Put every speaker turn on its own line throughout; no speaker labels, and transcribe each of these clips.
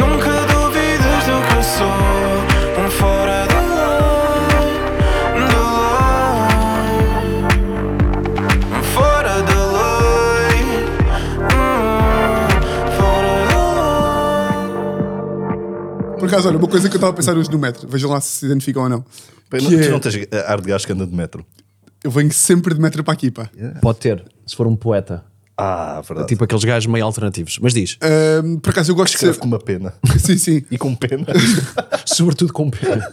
Nunca duvides do que eu sou. Um fora do lei. Do lei. Um fora do lei. Hum, fora do lei.
Por acaso, olha, uma coisa que eu estava a pensar hoje no metro, vejam lá se se identificam ou não.
Pá,
Que
não,
é-
Tu não tens eh, ar de gajo que anda de metro.
Eu venho sempre de metro para aqui, pá.
Pode ter, se for um poeta.
Ah, verdade.
Tipo aqueles gajos meio alternativos. Mas diz,
Ahm, por acaso, eu gosto de
Escreve
ser.
com uma pena.
Sim, sim.
E com pena.
sobretudo com pena.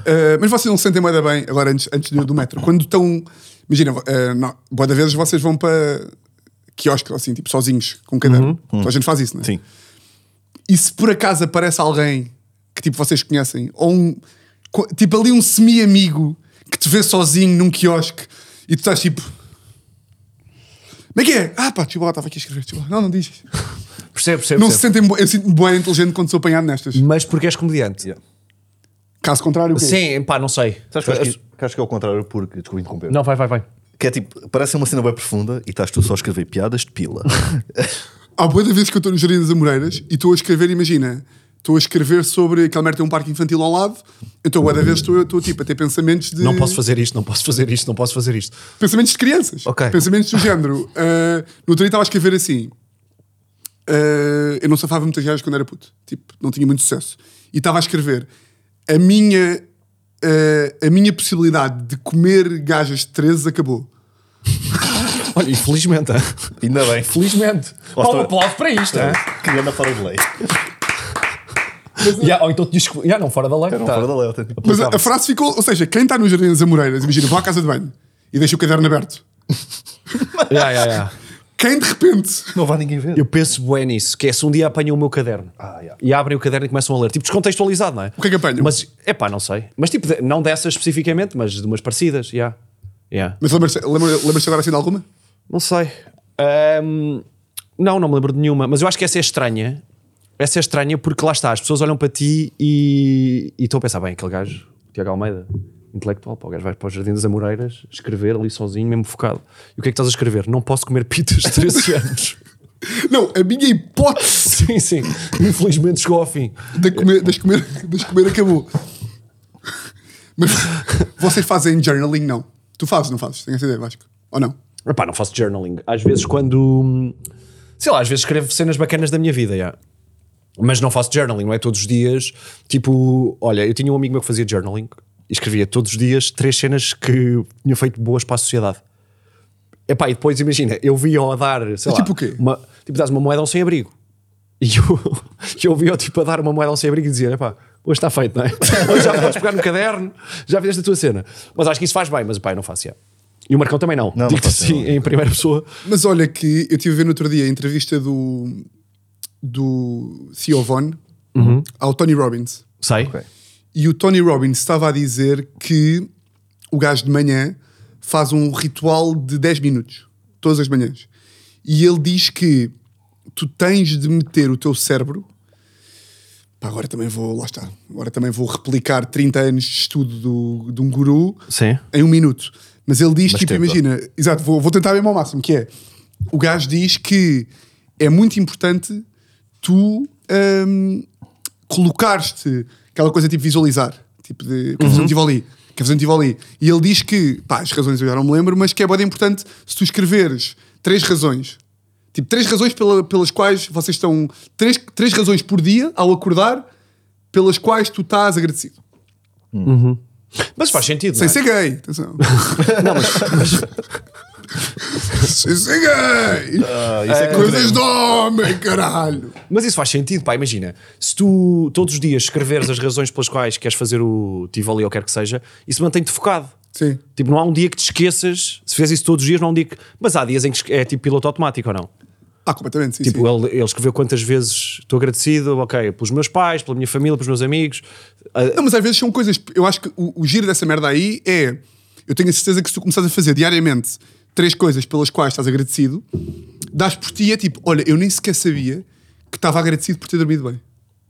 Uh, mas vocês não se sentem mais bem agora antes, antes do, do metro. Quando estão. Imagina, uh, não, boa da vezes vocês vão para quiosque, assim, tipo, sozinhos, com um caderno. Então a gente faz isso, não é?
Uhum, Sim.
E se por acaso aparece alguém que tipo vocês conhecem, ou um. co- Tipo ali um semi-amigo que te vê sozinho num quiosque e tu estás tipo. Como é que é? Ah, pá, tipo, estava aqui a escrever. Tipo, não, não diz.
Percebe, percebe,
Não se
percebe.
sentem. bo- Eu sinto-me bem inteligente quando sou apanhado nestas.
Mas porque és comediante.
Yeah.
Caso contrário, o quê?
Sim, pá, não sei.
Sabes que eu acho que, que acho que é o contrário porque. Desculpa interromper.
Não, vai, vai, vai.
Que é tipo, parece uma cena bem profunda e estás tu só a escrever piadas de pila.
Há boa da vez que eu estou no Jardim das Amoreiras e estou a escrever, imagina, estou a escrever sobre aquela merda tem um parque infantil ao lado, então boa da vez estou, estou tipo a ter pensamentos de.
Não posso fazer isto, não posso fazer isto, não posso fazer isto.
Pensamentos de crianças.
Ok.
Pensamentos do género. ah, no outro dia estava a escrever assim. ah, eu não safava muitas gajas quando era puto. Tipo, não tinha muito sucesso. E estava a escrever. A minha, ah, a minha possibilidade de comer gajas de 13 acabou.
Olha, infelizmente. hã?
Ainda bem.
Felizmente.
Ou
Há um
então-
aplauso para isto.
É.
hã?
Que anda fora de lei.
Yeah, ou então te diz que. Yeah, não, fora da lei.
Então,
Era um
tá.
fora da lei, autêntico.
Mas a, a frase ficou. Ou seja, quem está no Jardim das Amoreiras, imagina, vou à casa de banho e deixa o caderno aberto.
Tá. Yeah, yeah, yeah.
Quem de repente
Não vai ninguém ver.
Eu penso bem nisso, que é se um dia apanham o meu caderno
Ah, yeah.
e abrem o caderno e começam a ler, tipo descontextualizado, não é?
O que é que apanham?
Mas, é pá, não sei. Mas tipo, de- não dessas especificamente, mas de umas parecidas, já. Yeah.
Mas lembras-te lembra, lembras agora assim de alguma?
Não sei. Ahm, não, não me lembro de nenhuma, mas eu acho que essa é estranha. Essa é estranha porque lá está, as pessoas olham para ti e e estão a pensar, bem, aquele gajo, o Tiago Almeida, intelectual, pá, o gajo vai para o Jardim das Amoreiras escrever ali sozinho, mesmo focado. E o que é que estás a escrever? Não posso comer pitas de 13 anos.
Não, a minha hipótese
sim, sim. Infelizmente chegou ao fim.
de comer, das, comer, das comer acabou. Mas vocês fazem journaling, não? Tu fazes, não fazes? Tenho essa ideia, Vasco. Ou não?
Epá, não faço journaling. Às vezes quando. Sei lá, às vezes escrevo cenas bacanas da minha vida, já. Mas não faço journaling, não é todos os dias. Tipo, olha, eu tinha um amigo meu que fazia journaling e escrevia todos os dias três cenas que tinha feito boas para a sociedade. Epá, e depois imagina, eu vi-o a dar, sei
É
lá.
tipo o quê?
Uma, tipo, dás uma moeda a um sem-abrigo. E eu, eu vi-o tipo a dar uma moeda a um sem-abrigo e dizia, epá, hoje está feito, não é? Hoje já podes pegar no caderno, já fizeste a tua cena. Mas acho que isso faz bem, mas pá, eu não faço, já. E o Marcão também não.
não
Digo-te
faço,
assim,
não.
em primeira pessoa.
Mas olha que eu tive a ver no outro dia a entrevista do, do CEO Von ao Tony Robbins.
Sei.
Ok.
E o Tony Robbins estava a dizer que o gajo de manhã faz um ritual de 10 minutos, todas as manhãs. E ele diz que tu tens de meter o teu cérebro. Pá, agora também vou, lá está. Agora também vou replicar 30 anos de estudo do, de um guru
Sim.
em um minuto. Mas ele diz,
Mas
tipo,
tenta.
imagina, exato, vou, vou tentar mesmo ao máximo, que é o gajo diz que é muito importante tu hum, colocares-te aquela coisa tipo visualizar, tipo de quer
Uhum.
fazer um Tivoli, quer fazer um Tivoli. E ele diz que, pá, as razões eu já não me lembro, mas que é bem importante se tu escreveres três razões. Tipo, três razões pela- pelas quais vocês estão. Três, três razões por dia ao acordar pelas quais tu estás agradecido.
Mas faz sentido, não
Sem
é?
ser gay, atenção. Sem ser gay!
Ah, isso é, que
Coisas de homem, caralho!
Mas isso faz sentido, pá, imagina. Se tu todos os dias escreveres as razões pelas quais queres fazer o Tivoli ou quer que seja, isso mantém-te focado.
Sim.
Tipo, não há um dia que te esqueças. Se fizeres isso todos os dias, não há um dia que... Mas há dias em que é tipo piloto automático ou não?
Ah, completamente, sim,
Tipo,
sim.
ele, ele escreveu quantas vezes estou agradecido, ok, pelos meus pais, pela minha família, pelos meus amigos. Ah,
Não, mas às vezes são coisas. Eu acho que o, o giro dessa merda aí é. Eu tenho a certeza que se tu começares a fazer diariamente três coisas pelas quais estás agradecido, dás por ti e é tipo: olha, eu nem sequer sabia que estava agradecido por ter dormido bem.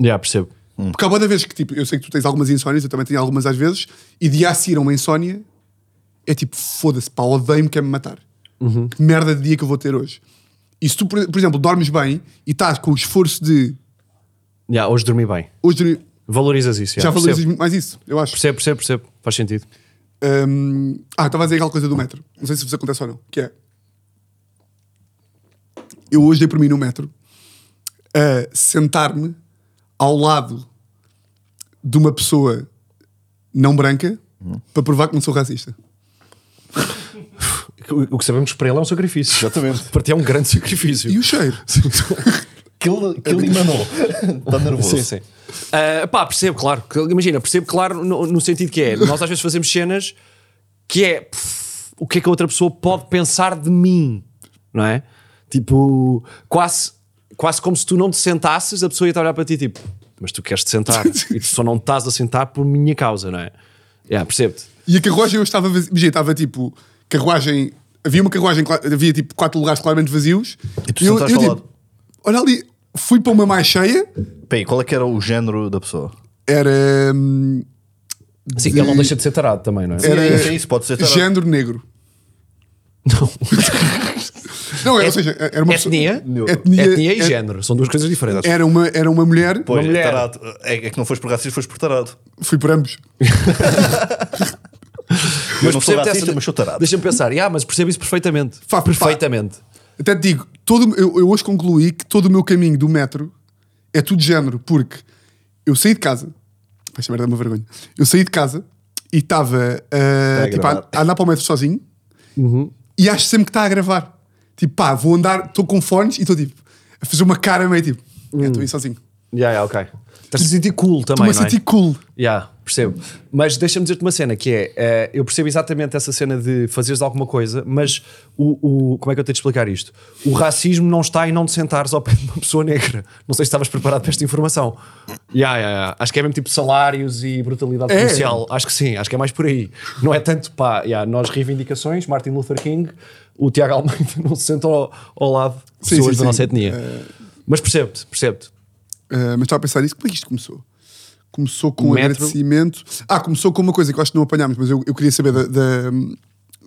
Já, percebo.
Porque há boa vez que, tipo, eu sei que tu tens algumas insónias, eu também tenho algumas às vezes, e de a seguir a uma insónia, é tipo, foda-se, pá, odeio-me, quer-me matar. Que merda de dia que eu vou ter hoje. E se tu, por, por exemplo, dormes bem e estás com o esforço de.
Yeah, hoje dormi bem.
Hoje dormi-
Valorizas isso.
já
yeah,
valorizas
percebo.
muito mais isso, eu acho.
Percebo, percebo, percebo. Faz sentido.
Hum, ah, estava a dizer aquela coisa do metro. Não sei se vos acontece ou não. Que é. Eu hoje dei por mim no metro a sentar-me ao lado de uma pessoa não branca para provar que não sou racista.
O o que sabemos que para ele é um sacrifício.
Exatamente.
Para ti é um grande sacrifício.
E o cheiro?
Que ele, que ele emanou. Está Tá nervoso.
Sim, sim. Ah, pá, percebo, claro. Que- Imagina, percebo, claro, no, no sentido que é. Nós às vezes fazemos cenas que é pff, o que é que a outra pessoa pode pensar de mim, não é? Tipo, quase, quase como se tu não te sentasses, a pessoa ia olhar para ti, tipo, mas tu queres te sentar e tu só não te estás a sentar por minha causa, não é? Yeah, percebo-te.
E a carruagem eu estava vazia. Imagina, estava tipo. Carruagem. Havia uma carruagem, cla- havia tipo quatro lugares claramente vazios. tipo,
E tu sentaste ao lado.
Olha ali, fui para uma mais cheia,
Peraí, qual é que era o género da pessoa?
era. hum,
Sim,
ele não deixa
de ser tarado também, não é?
Sim,
Era-
é isso, é isso, pode ser. tarado.
Género negro. Não. Não, é, ou seja, era uma pessoa-
Etnia,
Etnia-
etnia e
et-
género são duas coisas diferentes.
Era uma, era uma mulher,
Pois,
Uma mulher.
tarado. É, é que não foste por racismo, foste por tarado.
fui por ambos.
eu não sou
percebo-te
racista,
essa-
mas sou tarado.
Deixa-me pensar, ah, mas percebo isso perfeitamente.
Fá, fá.
perfeitamente.
Até te digo, todo, eu, eu hoje concluí que todo o meu caminho do metro é tudo género, porque eu saí de casa, vai chamar de uma vergonha, eu saí de casa e estava ah,
a
tipo, a,
gravar.
a andar para o metro sozinho
Uhum.
e acho sempre que está a gravar. Tipo, pá, vou andar, estou com fones e estou tipo, a fazer uma cara meio tipo, estou é, tô aí sozinho.
Yeah, yeah, ok. Estás a sentir cool
Estou-me
também,
a
não Hum. é?
sentir cool.
Yeah, percebo. Mas deixa-me dizer-te uma cena que é, eh, eu percebo exatamente essa cena de fazeres alguma coisa, mas o, o- como é que eu tenho de explicar isto? O racismo não está em não te sentares ao pé de uma pessoa negra. Não sei se estavas preparado para esta informação. Yeah, yeah, yeah. Acho que é mesmo tipo salários e brutalidade
É.
policial. Acho que sim, acho que é mais por aí. Não é tanto pá, yeah, nós reivindicações, Martin Luther King, o Tiago Almeida não se sentam ao, ao lado de
Sim,
pessoas
sim,
da
sim.
nossa etnia.
Eh.
Mas percebo-te, percebo-te.
Uh, mas estava a pensar nisso, como é que isto começou? Começou com um
Metro.
agradecimento. Ah, começou com uma coisa que eu acho que não apanhámos, mas eu, eu queria saber da, da-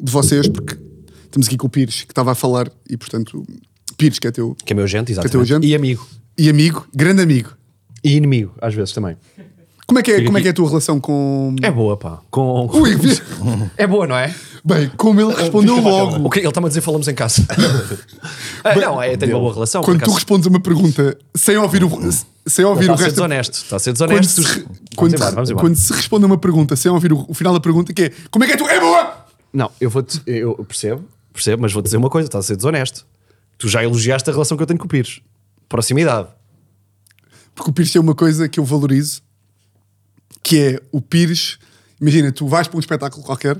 de vocês, porque estamos aqui com o Pires, que estava a falar, e portanto, Pires, que é teu.
Que é meu gente,
é teu
exatamente.
gente?
E amigo.
E amigo, grande amigo.
E inimigo, às vezes também.
Como é que é,
Fica
como é,
aqui.
que é a tua relação com.
É boa, pá. Com...
Ui, vi-
É boa, não é?
Bem, como ele respondeu logo.
O que ele está-me a dizer, falamos em casa. Ah, não, é, tenho uma boa relação.
Quando
por
tu
acaso.
respondes uma pergunta sem ouvir o, sem ouvir o
Está a
resto.
ser
da-
desonesto. Está a ser
Quando
desonesto.
se,
Vamos
re- quando,
embora,
se-
vamos embora.
quando se responde a uma pergunta sem ouvir o, o final da pergunta, que é como é que é tu? É boa!
Não, eu vou-te. Eu percebo, percebo, mas vou-te dizer uma coisa: está a ser desonesto. Tu já elogiaste a relação que eu tenho com o Pires. Proximidade.
Porque o Pires tem uma coisa que eu valorizo, que é o Pires. Imagina, tu vais para um espetáculo qualquer,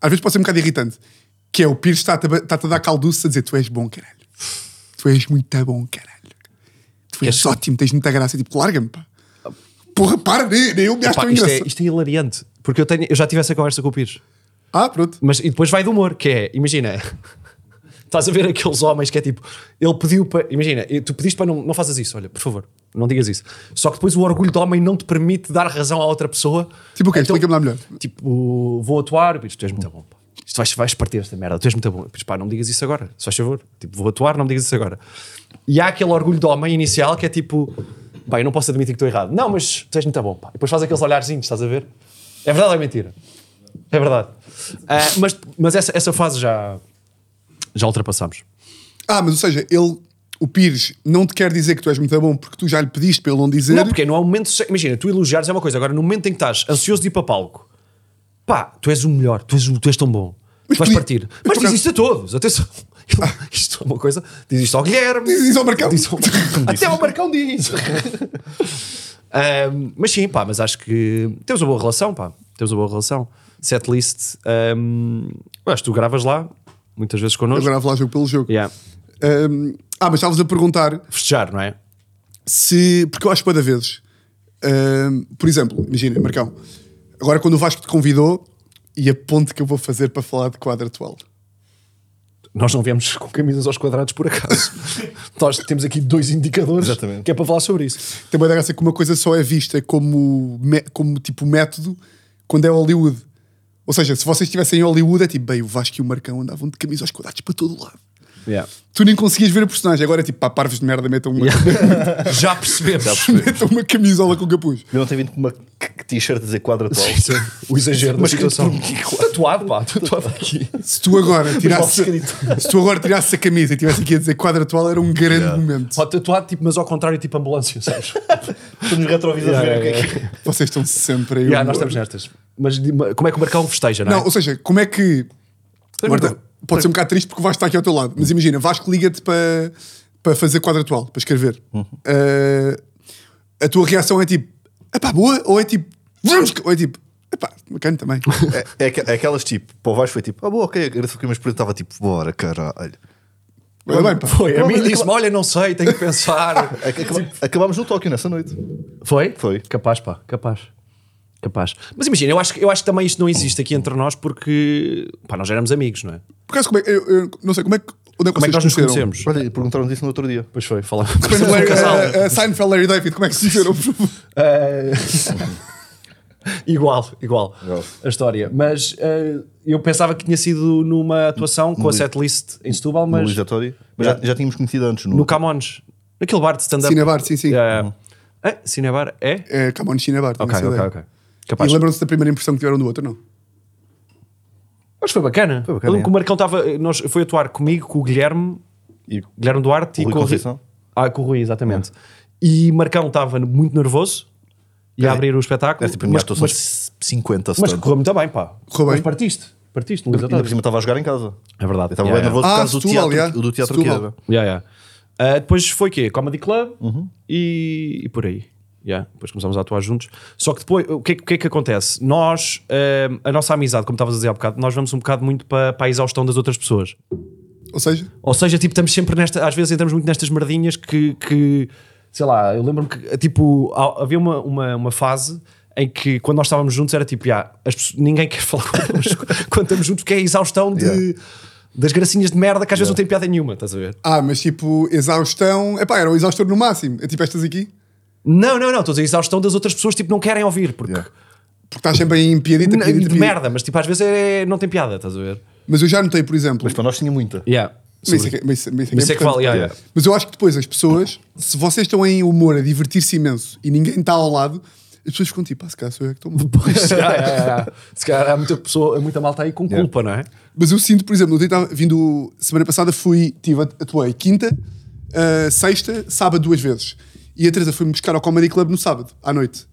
às vezes pode ser um bocado irritante, que é o Pires está-te a, ba- está-te a dar calduço a dizer: Tu és bom, caralho. Tu és muito bom, caralho. Tu és
Queres-
ótimo, tens muita graça. Tipo, larga-me, pá. Porra, para, nem, nem eu me acho
Pá,
tão
isto, é,
engraçado.
isto é hilariante. Porque eu, tenho, eu já tive essa conversa com o Pires.
Ah, pronto.
Mas e depois vai do humor, que é, imagina, estás a ver aqueles homens que é tipo, ele pediu para, imagina, e tu pediste para não, não faças isso, olha, por favor, não digas isso. Só que depois o orgulho do homem não te permite dar razão à outra pessoa.
Tipo o
Então-
quê? Explica-me lá melhor.
Tipo, vou atuar, Pires, tu és muito bom, pá. Isto vais, vais partir esta merda, tu és muito bom. Pires, pá, não me digas isso agora, se faz favor. Tipo, vou atuar, não me digas isso agora. E há aquele orgulho do homem inicial que é tipo, pá, eu não posso admitir que estou errado. Não, mas tu és muito bom, pá. E depois faz aqueles olharzinhos, estás a ver? É verdade ou é mentira? É verdade. Ah, mas mas essa, essa fase já, já ultrapassámos.
Ah, mas ou seja, ele. O Pires não te quer dizer que tu és muito bom porque tu já lhe pediste para ele não dizer.
Não, porque não é um momento. se- Imagina, tu elogiares é uma coisa, agora no momento em que estás ansioso de ir para palco, pá, tu és o melhor, tu és, o- tu és tão bom, tu
Mas
vais
podia-
partir.
mas
Mas
por
diz
acaso-
isto a todos, atenção. Isto é uma coisa, diz isto ao Guilherme,
Diz isso ao Marcão.
diz ao- até ao Marcão diz. Ahm, mas sim, pá, mas acho que temos uma boa relação, pá, temos uma boa relação. Setlist, ahm, eu acho que tu gravas lá, muitas vezes
Eu
connosco.
gravo lá jogo pelo jogo.
Yeah.
Ahm, ah, mas estavas a perguntar
Festejar, não é?
se. Porque eu acho que da vezes. hum, por exemplo, imagina, Marcão, agora quando o Vasco te convidou e a ponte que eu vou fazer para falar de quadro atual.
Nós não viemos com camisas aos quadrados por acaso. Nós temos aqui dois indicadores
Exatamente.
que é para falar sobre isso.
Também dá graça que uma coisa só é vista como, me- como tipo método quando é Hollywood. Ou seja, se vocês estivessem em Hollywood, é tipo, bem, o Vasco e o Marcão andavam de camisa aos quadrados para todo lado.
Yeah.
tu nem conseguias ver a personagem. Agora é tipo, pá, parvos de merda, metam uma,
Já percebemos.
metam uma camisola com capuz.
Eu não tenho vindo com uma c- c- t-shirt a dizer quadro atual.
o exagero da
Mas que-
situação.
que-
Tatuado, pá. Tatuado aqui.
Se tu agora tirasses,
mal escrito.
se tu agora tirasses a camisa e tivesse aqui a dizer quadro atual, era um grande momento.
Só tatuado, tipo, mas ao contrário, tipo ambulância, sabes?
Estou nos retrovisores a ver o que é que é.
Vocês estão sempre aí.
Yeah,
um-
nós estamos nestas. Mas de- ma- como é que o Marcão festeja, não é?
Não, ou seja, como é que. Agora,
Marcão.
pode ser um bocado triste porque o Vasco está aqui ao teu lado, mas imagina, Vasco liga-te para, para fazer quadro atual, para escrever.
Uhum.
Ah, a tua reação é tipo, epá, boa? Ou é tipo, vamos! Ou é tipo, epá, bacana também. É,
É, aqu- é aquelas tipo, para o Vasco foi tipo, ah, boa, ok, agradeço aqui, mas por estava tipo, bora, caralho.
olha bem, pá.
Foi, a
Não,
mim
mas-
disse-me, olha, não sei, tenho que pensar.
Ac- É acaba- Acabámos no Tóquio nessa noite.
Foi?
Foi.
Capaz, pá, capaz. Capaz. Mas imagina, eu acho, que- eu acho que também isto não existe aqui entre nós porque pá, nós éramos amigos, não é?
Por acaso, como é, eu, eu não sei, como é que. Onde é que,
Como é
vocês
que nós nos
conheceram?
conhecemos?
Olha, e perguntaram-nos isso no outro dia.
Pois foi, falar.
Quando
Somos um
Larry- eh,
casal.
a- a Seinfeld, Larry David, como é que se conheceram?
Eh, igual, igual a história. Mas eh, eu pensava que tinha sido numa atuação com a setlist em Setúbal,
No
mas
Luís Autório. Mas já, já tínhamos conhecido antes. No,
no Camões, naquele bar de stand-up.
Cinebar, sim, sim.
Eh, ah, Cinebar é?
É, Camon Cinebar, tenho
Ok,
essa
ok,
ideia.
ok. Capaz.
E lembram-se da primeira impressão que tiveram do outro, não?
Mas foi bacana.
Foi bacana,
Eu lembro
é.
que o Marcão estava. Nós, foi atuar comigo, com o Guilherme,
E-
Guilherme Duarte
O
e
Rui
com o Rui.
Conceição. É.
Ah, com o Rui, exatamente. E Marcão estava muito nervoso e a abrir o espetáculo.
Essa tipo, a minha
mas,
atuação
mas-
de 50
mas
stand.
correu muito bem, pá.
Correu bem.
Mas partiste. Partiste, Luís
Ainda por
Otávio.
cima estava a jogar em casa.
É
Eu
verdade.
estava bem
Yeah, yeah.
nervoso
Ah,
por causa do
Setúbal,
teatro,
yeah.
do teatro que
Setúbal.
era.
Yeah, yeah. Ah, depois foi o quê? Comedy Club
Uhum.
e, e por aí. Yeah, Depois começámos a atuar juntos. Só que depois, o que é, que- o que, é que acontece? Nós, ahm, a nossa amizade, como estavas a dizer há bocado, nós vamos um bocado muito para, para a exaustão das outras pessoas.
Ou seja,
Ou seja, tipo, estamos sempre nesta. Às vezes entramos muito nestas merdinhas que. que, sei lá, eu lembro-me que, tipo, há- havia uma, uma, uma fase em que quando nós estávamos juntos era tipo, "Ya, as pessoas- ninguém quer falar connosco quando estamos juntos, porque é a exaustão de,
Yeah.
das gracinhas de merda que às vezes não tem piada nenhuma, estás a ver?
ah, mas tipo, exaustão. Epá, era um exaustor no máximo. É tipo estas aqui.
Não, não, não, estou a dizer, a exaustão das outras pessoas, tipo, não querem ouvir, porque.
Yeah.
Porque estás sempre em piadita,
Não,
piadita,
de
piadita.
merda, mas tipo, às vezes é- não tem piada, estás a ver?
Mas eu já notei, por exemplo.
Mas para nós tinha muita.
Yeah.
Mas isso é que- mas isso- mas isso é que
Mas isso é que
importante.
vale, yeah, yeah.
Mas eu acho que depois as pessoas, se vocês estão em humor a divertir-se imenso e ninguém está ao lado, as pessoas ficam tipo, ah, se calhar sou eu que estou mal.
Yeah, yeah, yeah. Se calhar há muita, pessoa, há muita malta aí com
Yeah.
culpa, não é?
Mas eu sinto, por exemplo, eu tava, vindo semana passada fui, tive, atuei quinta, ah, sexta, sábado duas vezes. E a Teresa foi-me buscar ao Comedy Club no sábado, à noite.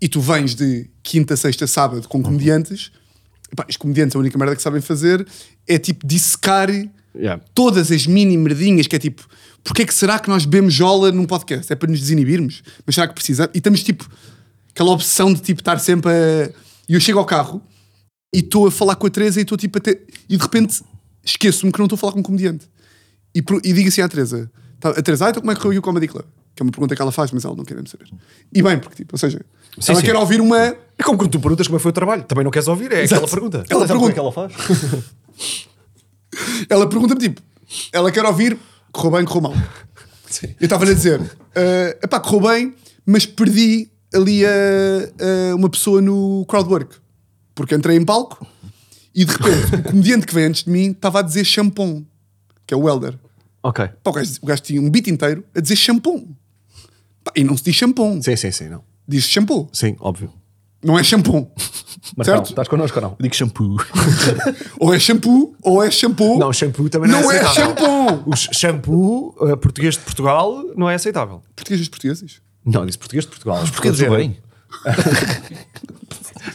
E tu vens de quinta, sexta, sábado com comediantes. Epá, os comediantes, é a única merda que sabem fazer é tipo dissecar
Yeah.
todas as mini merdinhas, que é tipo, porque é que será que nós bebemos jola num podcast? É para nos desinibirmos? Mas será que precisamos? E estamos tipo, aquela opção de tipo estar sempre a. E eu chego ao carro e estou a falar com a Teresa e estou tipo a ter... E de repente esqueço-me que não estou a falar com um comediante. E, pro- e digo assim à Teresa: tá- A Teresa, ah, então como é que correu o Comedy Club? Que é uma pergunta que ela faz, mas ela não quer mesmo saber. E bem, porque tipo, ou seja,
Sim,
ela
sim.
quer ouvir uma.
É como quando tu perguntas como é que foi o trabalho, também não queres ouvir, é
Exato.
aquela pergunta.
Ela
Ela sabe como
pergunta-
é que ela faz?
Ela pergunta-me tipo, ela quer ouvir correu bem, correu mal. Eu estava-lhe a dizer, eh, epá, correu bem, mas perdi ali a, a uma pessoa no crowdwork. Porque entrei em palco e de repente o comediante que veio antes de mim estava a dizer champon, que é o Elder.
Ok.
Pá, o, gajo, o gajo tinha um beat inteiro a dizer champon. Pá, e não se diz champon,
Sim, sim, sim, não.
diz shampoo,
Sim, óbvio.
não é champon.
Marcão,
Certo?
estás connosco ou não?
Eu digo shampoo.
Ou é shampoo, ou é shampoo.
Não, shampoo também não,
Não é
é aceitável.
shampoo!
O sh- shampoo eh, português de Portugal não é aceitável.
Portugueses portugueses.
Não, disse português de Portugal. Mas
Porque do bem.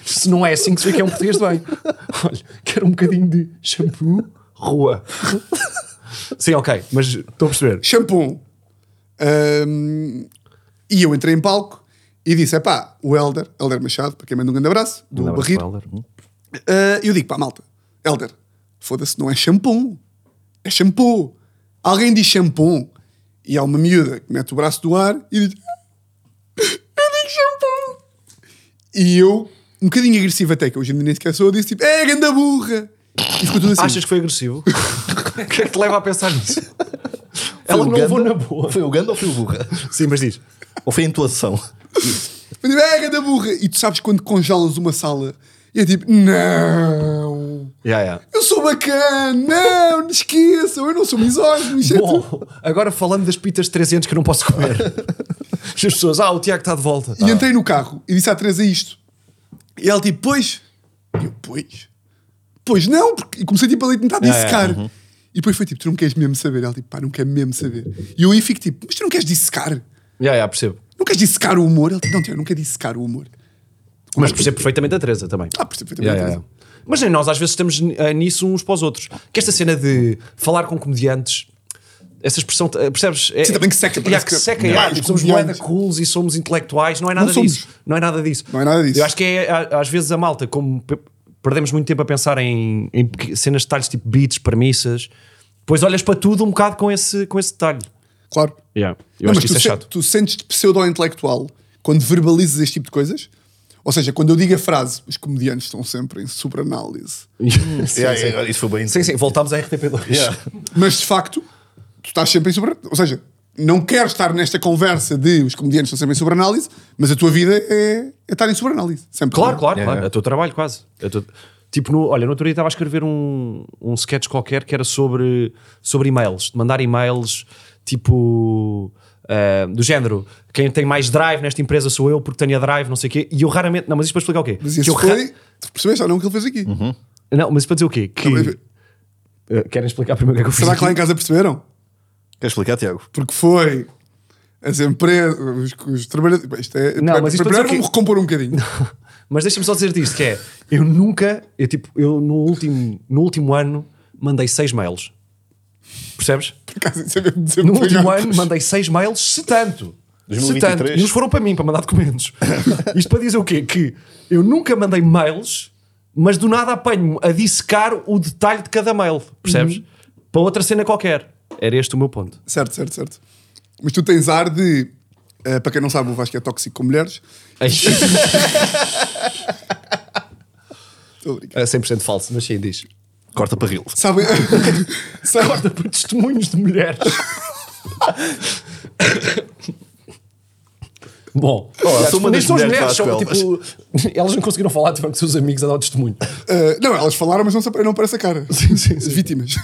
Se não é assim que se vê que é um português de bem. Olha, quero um bocadinho de shampoo, rua. Sim, ok, mas estou a perceber.
Shampoo. Ahm, e eu entrei em palco e disse: é pá, o Helder, Helder Machado, para quem manda um grande abraço, do
Não,
Barril.
Helder.
Ah, eu digo, pá, malta, Helder, foda-se, não é shampoo, é shampoo. Alguém diz shampoo e há uma miúda que mete o braço do ar e diz: "Ah, Eu digo shampoo. E eu, um bocadinho agressivo até, que hoje ainda nem sequer sou, disse tipo: É, ganda burra. E ficou tudo assim.
Achas que foi agressivo? O que é que te leva a pensar nisso? Ela
Foi o
não
Ganda-
levou na boa.
Foi o Ganda ou foi o Burra?
Sim, mas diz.
Ou foi a entoação?
Eu digo, é, ganda burra. E tu sabes quando congelas uma sala? E é tipo, não.
Yeah, yeah.
Eu sou bacana, não, não esqueçam, eu não sou misógino, isto é tudo.
Bom, agora falando das pitas 300 que eu não posso comer. As pessoas, ah, o Tiago está de volta.
E entrei no carro e disse à Teresa isto. E ela tipo, pois. E eu, pois. Pois não, porque e comecei tipo ali a tentar
Yeah,
dissecar.
yeah,
E depois foi tipo, tu não queres mesmo saber. Ela tipo, pá, não quero mesmo saber. E eu aí fico tipo, mas tu não queres dissecar?
Yeah, yeah, percebo.
Não queres dissecar o humor? Ela tipo, não, Tiago, não quero dissecar o humor.
Mas percebo perfeitamente a Teresa também.
Ah, por isso foi também
Yeah,
uma
yeah,
coisa.
yeah. Mas nem nós às vezes estamos ni- eh, nisso uns para os outros. Que esta cena de falar com comediantes, essa expressão, eh, percebes? É,
Sim, também que seca,
yeah,
parece
que
que-
seca
Yeah,
yeah,
os
tipo, somos moeda
comediantes.
cools e somos intelectuais, não é nada
somos.
disso. Não é nada disso.
Não é nada disso.
Eu acho que é, a- às vezes a malta, como pe- perdemos muito tempo a pensar em, em pequ- cenas de detalhes tipo beats, premissas, depois olhas para tudo um bocado com esse, com esse detalhe.
Claro.
Yeah. Eu
Não,
acho
mas
que
tu,
isso é
se-
chato.
tu sentes-te pseudo-intelectual quando verbalizas este tipo de coisas? Ou seja, quando eu digo a frase, os comediantes estão sempre em superanálise.
sim,
Yeah,
sim.
yeah, Isso foi bem.
sim, sim, voltámos à RTP2.
Yeah.
Mas de facto, tu estás sempre em sobre. Ou seja, não queres estar nesta conversa de os comediantes estão sempre em sobreanálise, mas a tua vida é, é estar em sobreanálise. Sempre.
Claro, claro,
Yeah,
claro.
yeah.
É o teu trabalho, quase. É o teu- Tipo, no, olha, no outro dia estava a escrever um, um sketch qualquer que era sobre, sobre e-mails, de mandar e-mails, tipo, eh, do género, quem tem mais drive nesta empresa sou eu porque tenho a drive, não sei o quê, e eu raramente, não, mas isto para explicar o quê?
Mas isso
que eu ra-
foi. Tu percebeste ou não o que ele fez aqui?
Não, mas isto para dizer o quê? Que,
Não, mas-
Eh, querem explicar primeiro o que é que eu fiz
Será
aqui?
que lá em casa perceberam?
Queres explicar, Tiago?
Porque foi. As empresas, os, os trabalhadores. Bem, Isto é.
Não, mas isto para dizer
primeiro
o quê?
vamos recompor um bocadinho.
Mas deixa-me só dizer isto, que é, eu nunca, eu tipo, eu no último, no último ano mandei seis mails, percebes?
Por acaso, isso é mesmo dizer
No
muito
último
legal.
ano mandei seis mails, se tanto. Se
2023.
tanto. E eles foram para mim, para mandar documentos. Isto para dizer o quê? Que eu nunca mandei mails, mas do nada apanho-me a dissecar o detalhe de cada mail, percebes? Para outra cena qualquer. Era este o meu ponto.
Certo, certo, certo. Mas tu tens ar de. eh, para quem não sabe, o Vasco é tóxico com mulheres. Estou a brincar.
É 100% falso, mas sim, diz.
Corta para reel.
Sabem. Sabem-
Corta é por testemunhos de mulheres. Bom,
sou uma das
nisto são as
mulheres
são,
às
tipo, elas não conseguiram falar, tiveram que ser os amigos a dar o testemunho.
Uh, não, elas falaram, mas não, se apare- não aparece a cara. Sim, sim, Vítimas.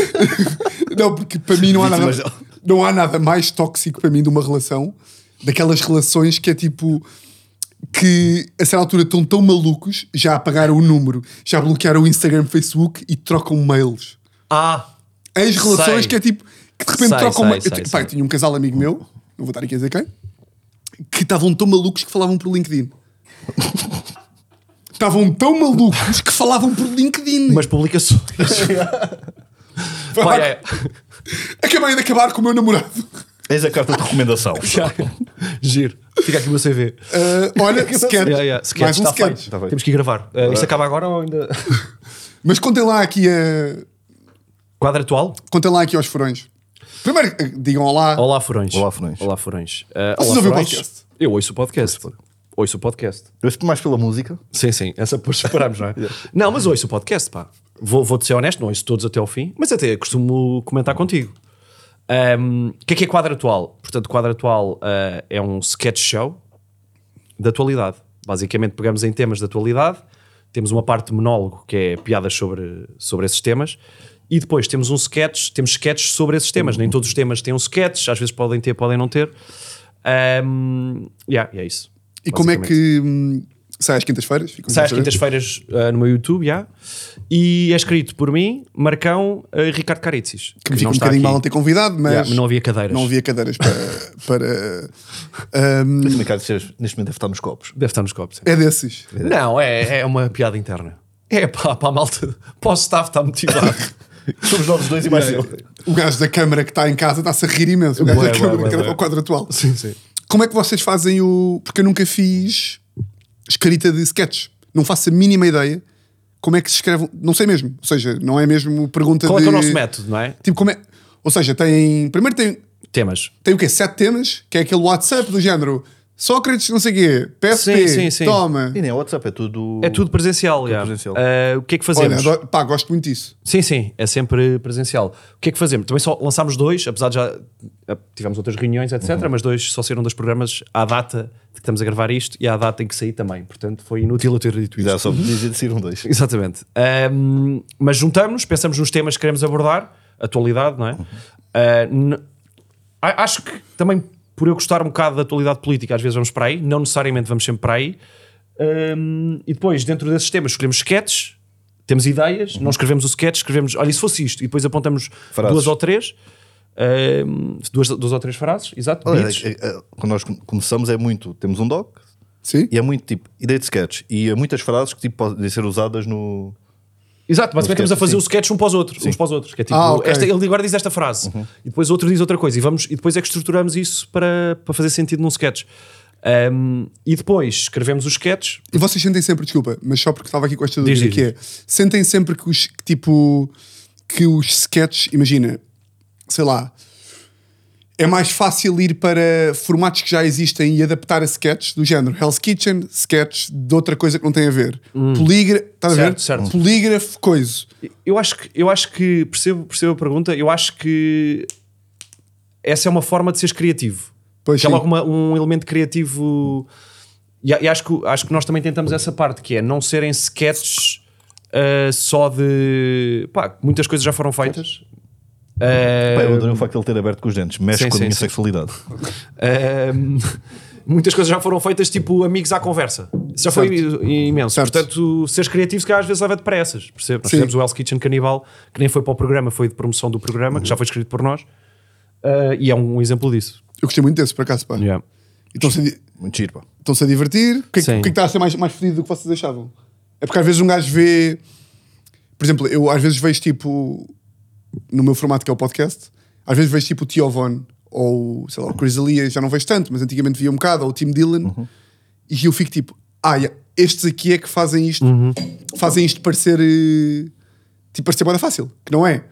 não, porque para mim não há, nada,
Vítimas dela.
não há nada mais tóxico para mim de uma relação, daquelas relações que é tipo. Que a certa altura estão tão malucos, já apagaram o número, já bloquearam o Instagram, Facebook e trocam mails.
Ah,
Ex-relações
Sei.
que é tipo. Que de repente
Sei,
trocam
sei,
mails. Eu,
sei,
te- pá,
sei.
eu tinha um casal amigo meu, não vou estar aqui a dizer quem, que estavam tão malucos que falavam por LinkedIn. Estavam tão malucos que falavam por LinkedIn.
mas publicações. Pá, é.
Acabei de acabar com o meu namorado.
Eis a carta de recomendação.
Já. Giro. Fica aqui o meu CV.
Ah, olha, sketch.
Yeah, yeah. Sketch,
Mais um
tá
sketch.
feito.
Tá feito.
Temos que ir gravar. Uh, isto acaba agora ou ainda.
Mas contem lá aqui a.
Quadro atual?
Contem lá aqui aos furões. Primeiro, eh, digam olá.
Olá, Furões.
Olá, Furões.
Olá, Furões. Uh,
Vocês
olá,
ouvem o
Furões.
podcast?
Eu ouço o podcast. Ouço o podcast.
Eu acho que mais pela música.
Sim, sim. Essa depois separamos, não é? Não, mas ouço o podcast, pá. Vou- Vou-te ser honesto, não ouço todos até ao fim, mas até costumo comentar contigo. Um, O que é que é quadro atual? Portanto, quadro atual uh, é um sketch show de atualidade. Basicamente, pegamos em temas de atualidade, temos uma parte de monólogo que é piadas sobre, sobre esses temas, e depois temos um sketch, temos sketches sobre esses temas. Nem todos os temas têm um sketch, às vezes podem ter, podem não ter. Um, yeah, e é isso.
e como é
basicamente.
que. hum, sai às quintas-feiras? Ficam
Sai às
quintas-feiras.
quintas-feiras ah, no meu YouTube, já. E é escrito por mim, Marcão ah, e Ricardo Caritzis.
Que me fica um bocadinho mal não ter convidado, mas.
Já, mas não havia cadeiras.
Não havia cadeiras para. para hum,
Eu também quero dizer, neste momento deve estar nos copos.
Deve estar nos copos. sim.
é desses.
Não, é, é uma piada interna. É pá, pá, malta. Para o staff está motivado.
Somos nós os dois e mais
É.
eu.
O gajo da câmara que está em casa está-se a rir imenso. O gajo
Bué,
da
bué,
câmara
bué,
que era
bué.
o quadro atual.
sim, sim.
Como é que vocês fazem o. Porque eu nunca fiz escrita de sketch. Não faço a mínima ideia como é que se escreve. Não sei mesmo. Ou seja, não é mesmo pergunta
Qual é
de.
que é o nosso método, não é?
Tipo, como é. Ou seja, tem. Primeiro tem,
Temas.
tem o quê? Sete temas, que é aquele WhatsApp do género. Sócrates, não sei o quê, PSP,
Sim, sim, sim.
toma.
E nem WhatsApp, é tudo.
É tudo presencial, já.
presencial.
Ah, o que é que fazemos?
Olha, adoro- pá, gosto muito disso.
Sim, sim, é sempre presencial. O que é que fazemos? Também só lançámos dois, apesar de já eh, tivemos outras reuniões, etc.
Uhum.
Mas dois só saíram dois programas à data de que estamos a gravar isto e à data em que saí também. Portanto, foi inútil eu ter dito isto.
Já só dizia de ser um dois.
Exatamente. Ahm, mas juntamos-nos, pensamos nos temas que queremos abordar, atualidade, não é? Ah, n- a- acho que também por eu gostar um bocado da atualidade política, às vezes vamos para aí, não necessariamente vamos sempre para aí. Ahm, e depois, dentro desses temas, escolhemos sketches, temos ideias, não escrevemos o sketch, escrevemos, olha, e se fosse isto, e depois apontamos
Frases.
duas ou três. ahm, duas, duas ou três frases, exato.
Olha,
beats.
é- é- é- quando nós come- começamos é muito. Temos um doc
Sim?
e é muito tipo ideia de sketch. E há muitas frases que tipo, podem ser usadas no.
Exato, basicamente
Um sketch,
estamos a fazer
sim.
o sketch um para os outros, uns para os outros. Que é tipo,
Ah, ok. Uhum.
esta- ele agora diz esta frase e depois outro diz outra coisa e, vamos, e depois é que estruturamos isso para, para fazer sentido num sketch. Ahm, e depois escrevemos os sketches.
E vocês sentem sempre, desculpa, mas só porque estava aqui com esta dúvida,
Diz, diz,
que é, sentem sempre que os, que, tipo, que os sketches, imagina, sei lá, é mais fácil ir para formatos que já existem e adaptar a sketches do género Hell's Kitchen, sketch de outra coisa que não tem a ver. Polígrafo, estás a
Hum. Certo,
ver?
certo.
Polígrafo, coisa.
Eu acho que, eu acho que percebo, percebo a pergunta, eu acho que essa é uma forma de seres criativo.
Pois
que é
sim.
logo uma- um elemento criativo. E, a- e acho, que, acho que nós também tentamos essa parte, que é não serem sketches ah, só de. Pá, muitas coisas já foram feitas. Ah,
Pá, É, eu adorei o facto de ele ter aberto com os dentes. Mexe
Sim,
com a
sim,
minha
sim.
sexualidade.
Ahm, muitas coisas já foram feitas tipo amigos à conversa. Isso já foi i- imenso.
Certo.
Portanto, seres criativo, se calhar às vezes leva depressas. Percebe? Nós
Sim.
fizemos o Hell's Kitchen Canibal, que nem foi para o programa, foi de promoção do programa,
Uhum.
que já foi escrito por nós. Ah, e é um, um exemplo disso.
Eu gostei muito desse, por acaso, pá. Então, se di-
Muito giro, pá.
Estão-se a divertir. O que, é que-
Sim.
o que é que está a ser mais, mais fodido do que vocês achavam? É porque às vezes um gajo vê. Por exemplo, eu às vezes vejo tipo. No meu formato que é o podcast, às vezes vejo tipo o Tio Von ou sei lá, o Chris Alia, já não vejo tanto, mas antigamente via um bocado, ou o Tim Dillon, e eu fico tipo, ah, yeah, estes aqui é que fazem isto, fazem isto parecer. eh, Tipo, parecer boda fácil, que não é.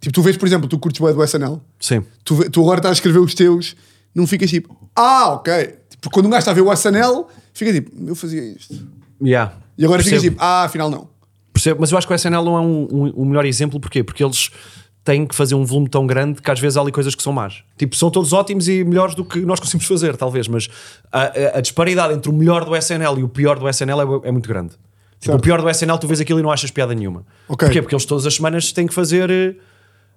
Tipo, tu vês, por exemplo, tu curtes bué do SNL,
Sim.
tu, vê- tu agora estás a escrever os teus, não ficas tipo, ah, ok. Porque quando um gajo está a ver o SNL, fica tipo, eu fazia isto.
Yeah.
E agora
Percebo.
ficas tipo, ah, afinal não.
Percebo, mas eu acho que o SNL não é um- um- o melhor exemplo, porquê? Porque eles têm que fazer um volume tão grande que às vezes há ali coisas que são más. Tipo, são todos ótimos e melhores do que nós conseguimos fazer, talvez, mas a, a- a disparidade entre o melhor do SNL e o pior do SNL é, é muito grande. Tipo,
Certo.
o pior do SNL tu vês aquilo e não achas piada nenhuma.
Ok.
Porquê? Porque eles todas as semanas têm que fazer eh,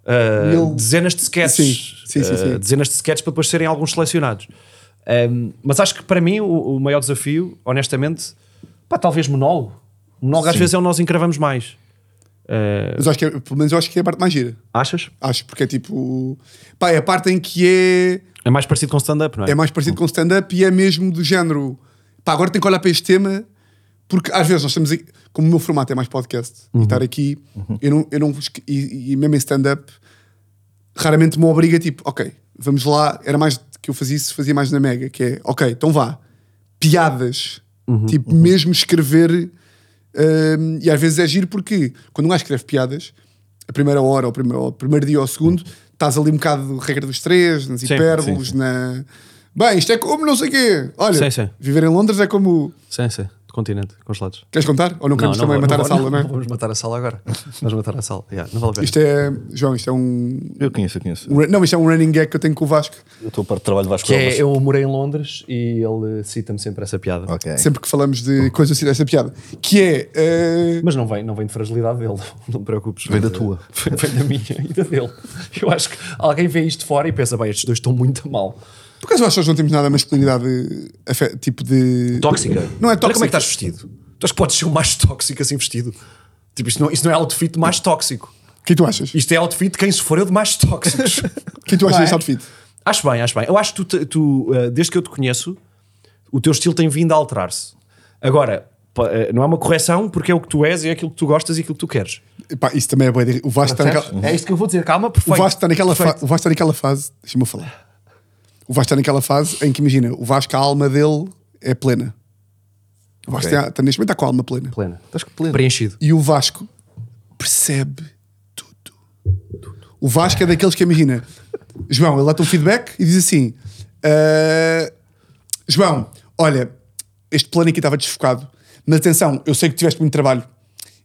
ah,
Mil-
dezenas de sketches.
Sim, sim, sim,
ah,
sim.
dezenas de sketches para depois serem alguns selecionados. Um, mas acho que para mim o, o maior desafio, honestamente, pá, talvez monólogo. Monólogo às vezes é onde nós encravamos mais.
Mas eu acho que é- pelo menos eu acho que é a parte mais gira.
Achas?
Acho, porque é tipo. Pá, é a parte em que é.
É mais parecido com stand-up, não é?
É mais parecido com stand-up e é mesmo do género. Pá, agora tenho que olhar para este tema, porque às vezes nós estamos aqui. Como o meu formato é mais podcast, e estar aqui, eu não. Eu não esque- e, e mesmo em stand-up, raramente me obriga, tipo, ok, vamos lá. Era mais que eu fazia isso, fazia mais na Mega, que é, ok, então vá. Piadas. tipo, mesmo escrever. hum, e às vezes é giro porque quando um gajo escreve piadas, a primeira hora, ou o primeiro, ou o primeiro dia ou o segundo, estás ali um bocado de regra dos três, nas hipérboles, na. Bem, isto é como não sei quê. Olha,
Sim, sim.
viver em Londres é como.
Sim, sim. Do continente, congelados.
Queres contar? Ou não queremos também
vou-
matar
vou-
a sala, não, é?
Vamos matar a sala agora. Vamos matar a sala. Yeah, não vale a pena.
Isto é. João, isto é um.
Eu conheço, eu conheço.
um ra- Não, isto é um running gag que eu tenho com o Vasco.
Eu estou a parte de trabalho de Vasco
Que é,
Elmas.
eu morei em Londres e ele eh, cita-me sempre essa piada.
Ok.
Sempre que falamos de coisas assim dessa piada. Que é. eh,
Mas não vem, não vem de fragilidade dele, não te preocupes.
Vem da tua.
Vem, vem da minha e da dele. Eu acho que alguém vê isto de fora e pensa, bem, estes dois estão muito a mal.
Por acaso eu acho que nós não temos nada de masculinidade eh, afe- tipo de.
Tóxica.
Não é
Olha como
tóxica.
é que estás vestido. Tu acho que podes ser o mais tóxico assim vestido. Tipo, isto não, isto não é outfit mais tóxico.
Quem tu achas?
Isto é outfit de quem sofreu de mais tóxicos.
Quem tu achas
Não é?
deste outfit?
Acho bem, acho bem. Eu acho que tu, te- tu, eh, desde que eu te conheço, o teu estilo tem vindo a alterar-se. Agora, pa- eh, não é uma correção porque é o que tu és e é aquilo que tu gostas e aquilo que tu queres.
Epá, isso também é boa. O Vasco está naquela.
Percebes? É isto que eu vou dizer. Calma,
O
perfeito.
Vasco está naquela, fa-
perfeito.
o Vasco está naquela fase. Deixa-me eu falar. O Vasco está naquela fase em que, imagina, o Vasco, a alma dele é plena. O Vasco
Ok.
está, está- neste momento está com a alma plena.
Plena.
Estás com pleno.
Preenchido.
E o Vasco percebe tudo. O Vasco é daqueles que imagina. João, ele dá-te um feedback e diz assim: "Ah, João, olha, este plano aqui estava desfocado, mas atenção, eu sei que tiveste muito trabalho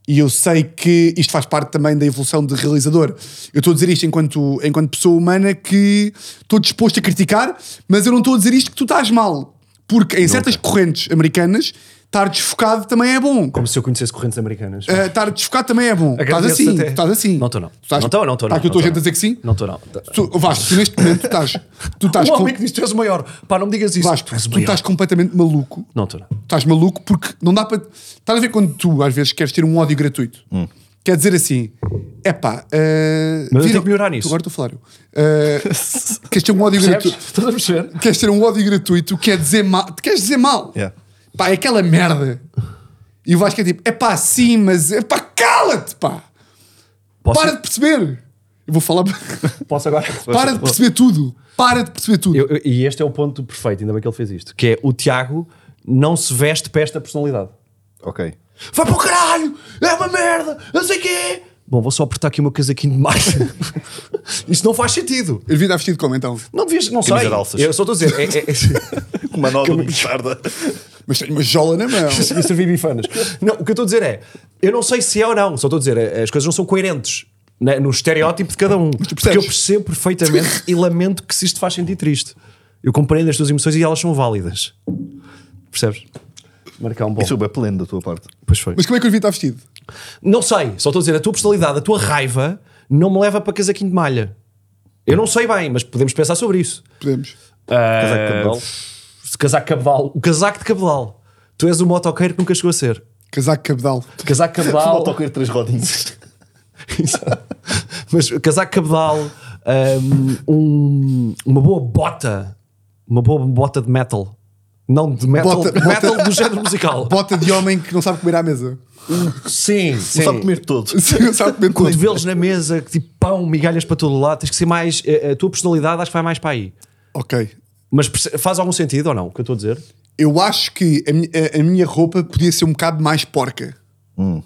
e eu sei que isto faz parte também da evolução de realizador. Eu estou a dizer isto enquanto, enquanto pessoa humana que estou disposto a criticar, mas eu não estou a dizer isto que tu estás mal, porque em certas correntes americanas estar desfocado também é bom.
Como se eu conhececesse correntes americanas.
Eh, estar desfocado também é bom. Estás
Agradeço-te
assim,
até.
estás assim.
Não estou, não.
Tu Estás,
Não estou, não estou,
Está
não,
aqui a tua
não
gente a
estou,
dizer que sim?
Não estou, não.
Tu, oh, Vasco, tu neste momento estás. Tu estás
O
com,
homem que Um diz tu és o maior. Pá, não me digas isso.
Vasco,
Tu és um o
tu
maior.
estás completamente maluco.
Não estou, não.
Estás maluco porque não dá para. Estás a ver quando tu, às vezes, queres ter um ódio gratuito. Quer dizer assim, é pá.
Mas eu tenho que melhorar nisso.
Agora estou a falar. eu. Uh, queres ter um ódio gratuito.
Percebes? Estás a perceber?
Queres ter um ódio gratuito, quer dizer mal. Queres dizer mal.
Yeah.
Pá, é aquela merda. E o Vasco é tipo, é pá, sim, mas. É pá, cala-te, pá.
Posso,
Para de perceber. Eu vou falar.
posso agora?
Para de perceber tudo. Para de perceber tudo.
Eu- eu- e este é o ponto perfeito, ainda bem que ele fez isto, que é o Tiago não se veste para esta personalidade.
Ok.
Vai para o caralho! É uma merda! Não sei o quê! Bom, vou só apertar aqui o meu casaquinho de malha. Isto não faz sentido.
Ele devia estar vestido como então?
Não devias, não
Camisa
sei.
de alças.
Eu só estou a dizer. É, é, é-
Com Uma nódoa de mostarda.
Mas tenho uma jola na mão.
e servir bifanas. Não, o que eu estou a dizer é, eu não sei se é ou não, só estou a dizer, é, as coisas não são coerentes né, no estereótipo de cada um. Porque
percebes?
eu percebo perfeitamente e lamento que se isto faz sentir triste. Eu compreendo as tuas emoções e elas são válidas. Percebes? Marcar um bom.
Isso é bem pleno da tua parte.
Pois foi.
Mas como é que eu devia estar vestido?
Não sei, só estou a dizer, a tua personalidade, a tua raiva, não me leva para casaquinho de malha. Eu não sei bem, mas podemos pensar sobre isso.
Podemos.
Casaco de cabedal.
Se casaco de cabedal, o casaco de cabedal. Tu és o motoqueiro que nunca chegou a ser.
Casaco cabedal.
Casaco de
Um
cabedal.
autocarro de três rodinhas.
Exato. Mas casaco cabedal, hum, um, uma boa bota, uma boa bota de metal. Não de metal,
Bota-
de metal do género musical. Um
Bota de homem que não sabe comer à mesa.
Sim, sim.
Sabe comer todo.
Sim, não sabe comer tudo.
Cotovelos na mesa, que tipo pão, migalhas para todo lado. Tens que ser mais. eh, A, a tua personalidade acho que vai mais para aí.
Ok.
Mas perce- faz algum sentido ou não o que eu estou a dizer?
Eu acho que a, mi- a- a minha roupa podia ser um bocado mais porca. Tipo,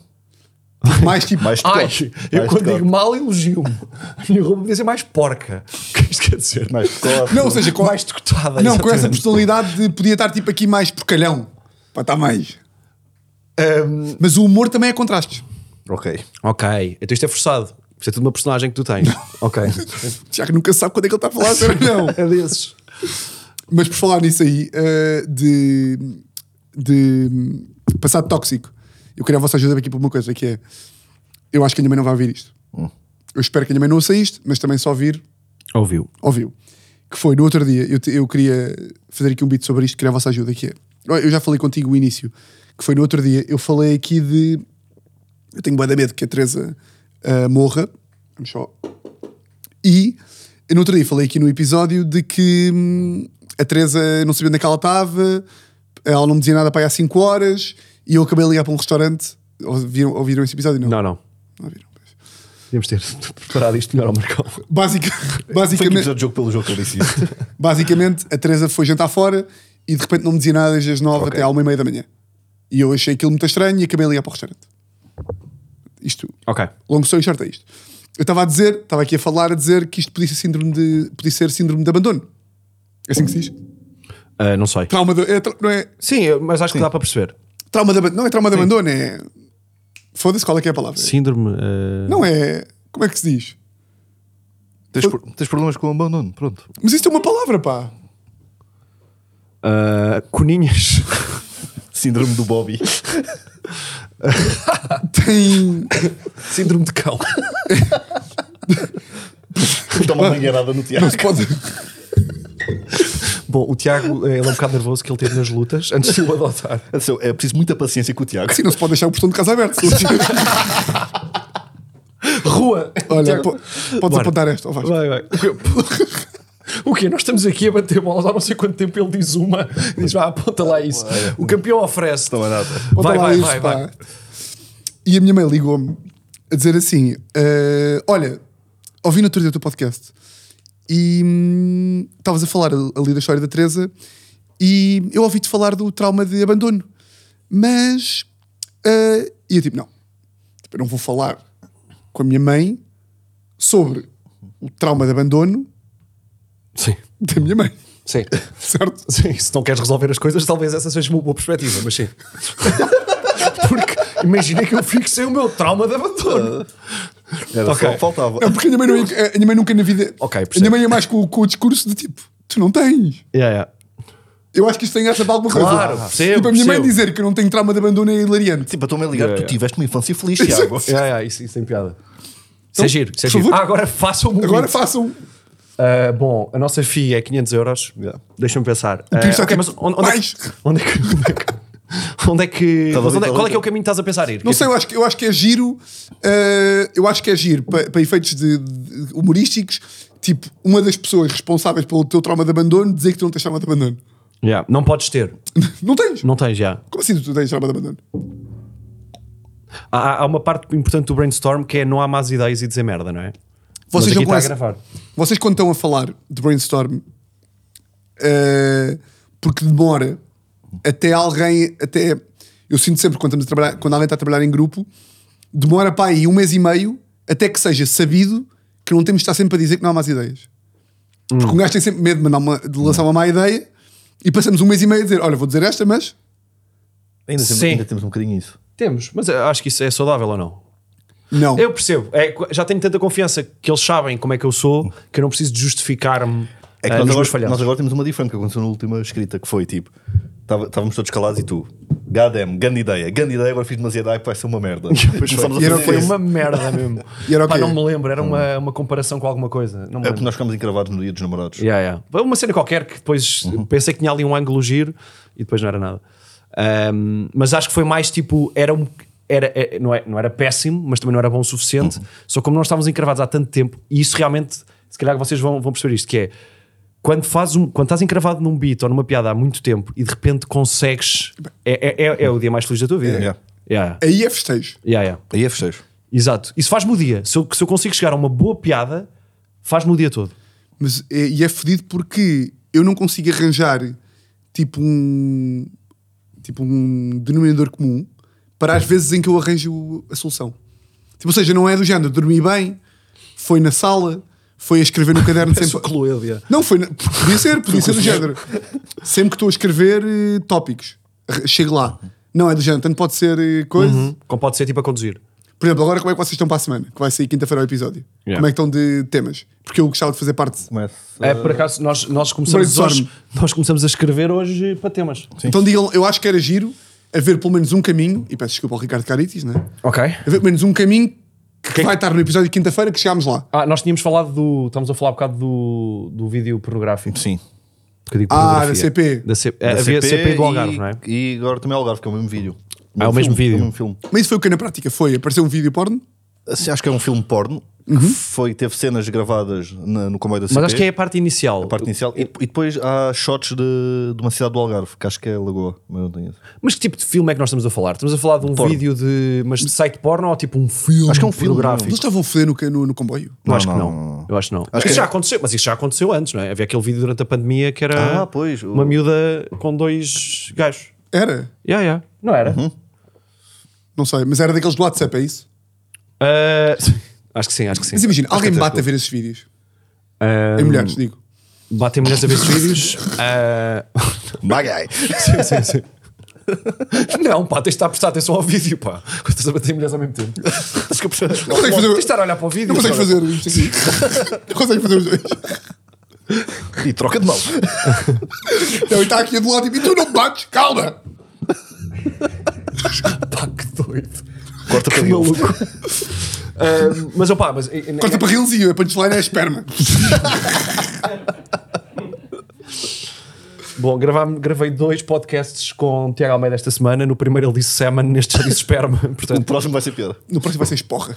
Mais tipo.
Mais de
Ai,
corte.
eu
Mais
quando
de
digo
corte.
mal elogio-me. A minha roupa podia ser mais porca. O que isto quer dizer?
Mais de corte.
Não, ou seja, com,
mais decotada.
não, com essa
exatamente.
personalidade de podia estar tipo aqui mais porcalhão. Para estar mais. Mas o humor também é contrastes.
Ok.
Ok, então isto é forçado. Isto é tudo uma personagem que tu tens. ok.
Já que nunca se sabe quando é que ele está a falar, sério, não.
É desses.
Mas por falar nisso aí, eh, de, de passado tóxico, eu queria a vossa ajuda aqui para uma coisa, que é, eu acho que a minha mãe não vai ouvir isto. Eu espero que a minha mãe não ouça isto, mas também só ouvir,
Ouviu.
ouviu. Que foi, no outro dia, eu, te- eu queria fazer aqui um beat sobre isto, queria a vossa ajuda, que é, eu já falei contigo o início, que foi no outro dia, eu falei aqui de, eu tenho bué de medo que a Teresa eh, morra, vamos só, e eu no outro dia falei aqui no episódio de que hum, a Teresa não sabia onde é que ela estava, ela não me dizia nada para aí há 5 horas e eu acabei de ligar para um restaurante. Ouviram, ouviram esse episódio? Não.
Não, não.
Não ouviram. pois.
Devíamos ter preparado isto melhor ao Marcão.
Basica,
Foi que
basicamente,
episódio de jogo Tipo pelo jogo que eu disse isso.
basicamente, a Teresa foi jantar fora e de repente não me dizia nada desde as 9
Ok.
até à 1 e meia da manhã. E eu achei aquilo muito estranho e acabei de ligar para o restaurante. Isto,
Ok.
longo story short é isto. Eu estava a dizer, estava aqui a falar, a dizer que isto podia ser síndrome de, podia ser síndrome de abandono. É assim que se diz?
Ah, não sei.
Trauma de, é tra- não é
Sim, eu- mas acho que dá para perceber.
trauma de abandono, não é trauma de abandono, é foda-se qual é que é a palavra.
Síndrome. ah,
Não é, como é que se diz?
Tens, pro- tens problemas com o abandono, pronto.
Mas isto é uma palavra, pá.
ah, coninhas.
Síndrome do Bobby.
Tem
Síndrome de cão.
Dá uma mangueirada no Tiago.
não se pode.
Bom, o Tiago eh, ele é um bocado nervoso que ele teve nas lutas antes de o adotar.
Atenção, É preciso muita paciência com o Tiago.
Sim, não se pode deixar o portão de casa aberto.
Rua!
Olha,
Tiago,
po- podes
Bora.
apontar esta, ó, Vasco.
Vai, vai. O quê? O quê? Nós estamos aqui a bater bolas há não sei quanto tempo ele diz uma. Diz, vá, aponta lá isso. O campeão oferece.
Não é nada.
Conta
Vai,
lá
vai,
isso,
vai,
pá.
vai.
E a minha mãe ligou-me a dizer assim: eh, Olha, ouvi no outro dia o teu podcast e hum, estavas a falar ali da história da Teresa e eu ouvi-te falar do trauma de abandono, mas. eh, e eu tipo: Não, Tipo, eu não vou falar com a minha mãe sobre o trauma de abandono
Sim.
da minha mãe.
Sim.
certo?
Sim, se não queres resolver as coisas, talvez essa seja uma boa perspectiva, mas sim. Porque imagina que eu fico sem o meu trauma de abandono.
Era
Ok.
só o que faltava.
É porque a minha mãe, não- a minha mãe nunca na vida.
Ok,
a
percebo.
minha mãe é mais com, com o discurso de tipo, tu não tens.
Yeah, yeah.
Eu acho que isto tem graça para alguma
Claro,
coisa.
percebo,
tipo, a minha mãe
percebo.
dizer que eu não tenho trauma de abandono é hilariante.
Tipo, eu estou-me a ligar,
Yeah,
tu
yeah.
tiveste uma infância feliz, Tiago.
Yeah, yeah, isso, isso tem piada. Isso
Então,
é giro, isso é
por
giro.
favor.
Ah, agora façam-me um
Agora
hit.
façam.
Ah, bom, a nossa FII é 500 euros.
Yeah.
Deixa-me pensar.
que
Ah,
isso é
ok,
que-
mas onde, onde é
mais?
que, onde é que. Onde é que. Onde é que
Tá bom,
mas onde é-
tá bom.
qual é que é o caminho que estás a pensar ir?
Não sei, eu acho, que- eu acho que é giro. eh, eu acho que é giro para, para efeitos de, de humorísticos. Tipo, uma das pessoas responsáveis pelo teu trauma de abandono dizer que tu não tens trauma de abandono.
Yeah, Não podes ter.
Não tens?
Não tens, já.
Como assim tu tens trauma de abandono?
Há, há uma parte importante do brainstorm que é não há más ideias e dizer merda, não é?
Vocês
Mas aqui
não
está a
conhecem-
gravar.
Vocês quando estão a falar de brainstorm, eh, porque demora até alguém, até eu sinto sempre quando, estamos a trabalhar, quando alguém está a trabalhar em grupo, demora para aí um mês e meio até que seja sabido que não temos de estar sempre a dizer que não há más ideias. Porque um gajo tem sempre medo de, mandar uma- de lançar uma má ideia e passamos um mês e meio a dizer: Olha, vou dizer esta, mas
Ainda, temos,
Sim.
ainda temos um bocadinho isso.
Temos, mas eu acho que isso é saudável ou não?
não.
Eu percebo. É, co- já tenho tanta confiança que eles sabem como é que eu sou que eu não preciso de justificar-me
É que
ah,
nós,
nos meus
agora,
falhanços.
nós agora temos uma diferente que aconteceu na última escrita, que foi tipo: tava- estávamos todos calados e tu, Gadem, grande ideia, grande ideia, agora fiz demasiado hype, vai ser uma merda. Começámos
E era
a
o que
fazer
Foi
isso.
uma merda mesmo.
E era o
Pá,
quê?
não me lembro, era uma, uma comparação com alguma coisa. Não me
É porque
lembro.
nós ficámos encravados no dia dos namorados.
Yeah, yeah. Foi Uma cena qualquer que depois pensei que tinha ali um ângulo giro e depois não era nada. Ahm, mas acho que foi mais tipo, era um. Era, é- não, é, não era péssimo, mas também não era bom o suficiente. Só como nós estávamos encravados há tanto tempo, e isso realmente, se calhar vocês vão, vão perceber isto: que é quando, fazes um, quando estás encravado num beat ou numa piada há muito tempo e de repente consegues. É, é- é- é o dia mais feliz da tua vida.
Yeah.
Yeah.
Aí é festejo.
Yeah, yeah.
Aí é festejo.
Exato. Isso faz-me o dia. Se eu, se eu consigo chegar a uma boa piada, faz-me o dia todo.
Mas é, e é fodido porque eu não consigo arranjar tipo um tipo um denominador comum para as vezes em que eu arranjo a solução. Tipo, ou seja, não é do género dormi bem, foi na sala, foi a escrever no caderno sempre.
Cloelia.
Não, foi. na- Podia ser, podia ser do género. Sempre que estou a escrever eh, tópicos, r- chego lá. Não é do género, tanto pode ser eh, coisa.
Como pode ser tipo a conduzir.
Por exemplo, agora como é que vocês estão para a semana? Que vai sair quinta-feira o episódio.
Yeah.
Como é que estão de temas? Porque eu gostava de fazer parte.
Começa.
É, por acaso, nós, nós, começamos
Brainstorm.
hoje, nós começamos a escrever hoje para temas.
Então digam, eu acho que era giro haver pelo menos um caminho, e peço desculpa ao Ricardo Caritis, né?
Ok.
Haver pelo menos um caminho que vai estar no episódio de quinta-feira que chegámos lá.
Ah, nós tínhamos falado do. Estamos a falar um bocado do, do vídeo pornográfico.
Sim.
Que eu digo
Ah, da
pornografia.
CP.
Da C- é, havia CP, do Algarve,
e,
não é?
E agora também é Algarve, que é o mesmo vídeo.
Ah, é o mesmo
filme,
vídeo.
é o mesmo filme.
Mas isso foi o que na prática foi? Apareceu um vídeo porno?
Assim, acho que é um filme porno. que Foi, teve cenas gravadas na- no comboio da CP.
Uhum. Mas acho que é a parte inicial.
a parte inicial. E, e depois há shots de, de uma cidade do Algarve, que acho que é Lagoa, mas não tenho.
Mas que tipo de filme é que nós estamos a falar? Estamos a falar de um
Porno.
vídeo de. Mas de site porno ou tipo um filme?
Acho que é um filme,
pornográfico?
Eles estavam a foder no, ca- no, no comboio.
Eu acho que
não,
não.
não, não.
Eu acho que não.
Acho
isso
que
já
é.
aconteceu, mas isso já aconteceu antes, não é? Havia aquele vídeo durante a pandemia que era
Ah, pois, o-
uma miúda com dois gajos.
Era?
Yeah, yeah. Uhum. Não era?
Não sei, mas era daqueles do WhatsApp, é isso?
Ah, acho que sim, acho que sim.
Mas imagina, alguém
que é
bate a
certo.
ver esses vídeos.
Ah,
Em mulheres, digo.
Batem mulheres a ver esses vídeos. Ah,
Bagai!
sim, sim, sim. Não, pá, tens de estar a prestar atenção ao vídeo, pá. Quando estás a bater mulheres ao mesmo tempo. Tens que prestar-
Não consegues fazer-
Tens de estar a olhar para o vídeo.
Não consegues
Olha,
fazer isto aqui. Não consegues fazer os dois.
E troca de mão.
Não, e Então, está aqui a do lado e tu não bates, calma!
Pá, que doido.
Corta para
Que
ele.
maluco. Ah, mas, opá, mas...
Corta para riles e a punchline é a esperma.
é, Bom, gravam- gravei dois podcasts com o Tiago Almeida esta semana. No primeiro ele disse semen, neste já disse esperma.
O
Portanto,
próximo vai ser pior.
No próximo vai ser esporra.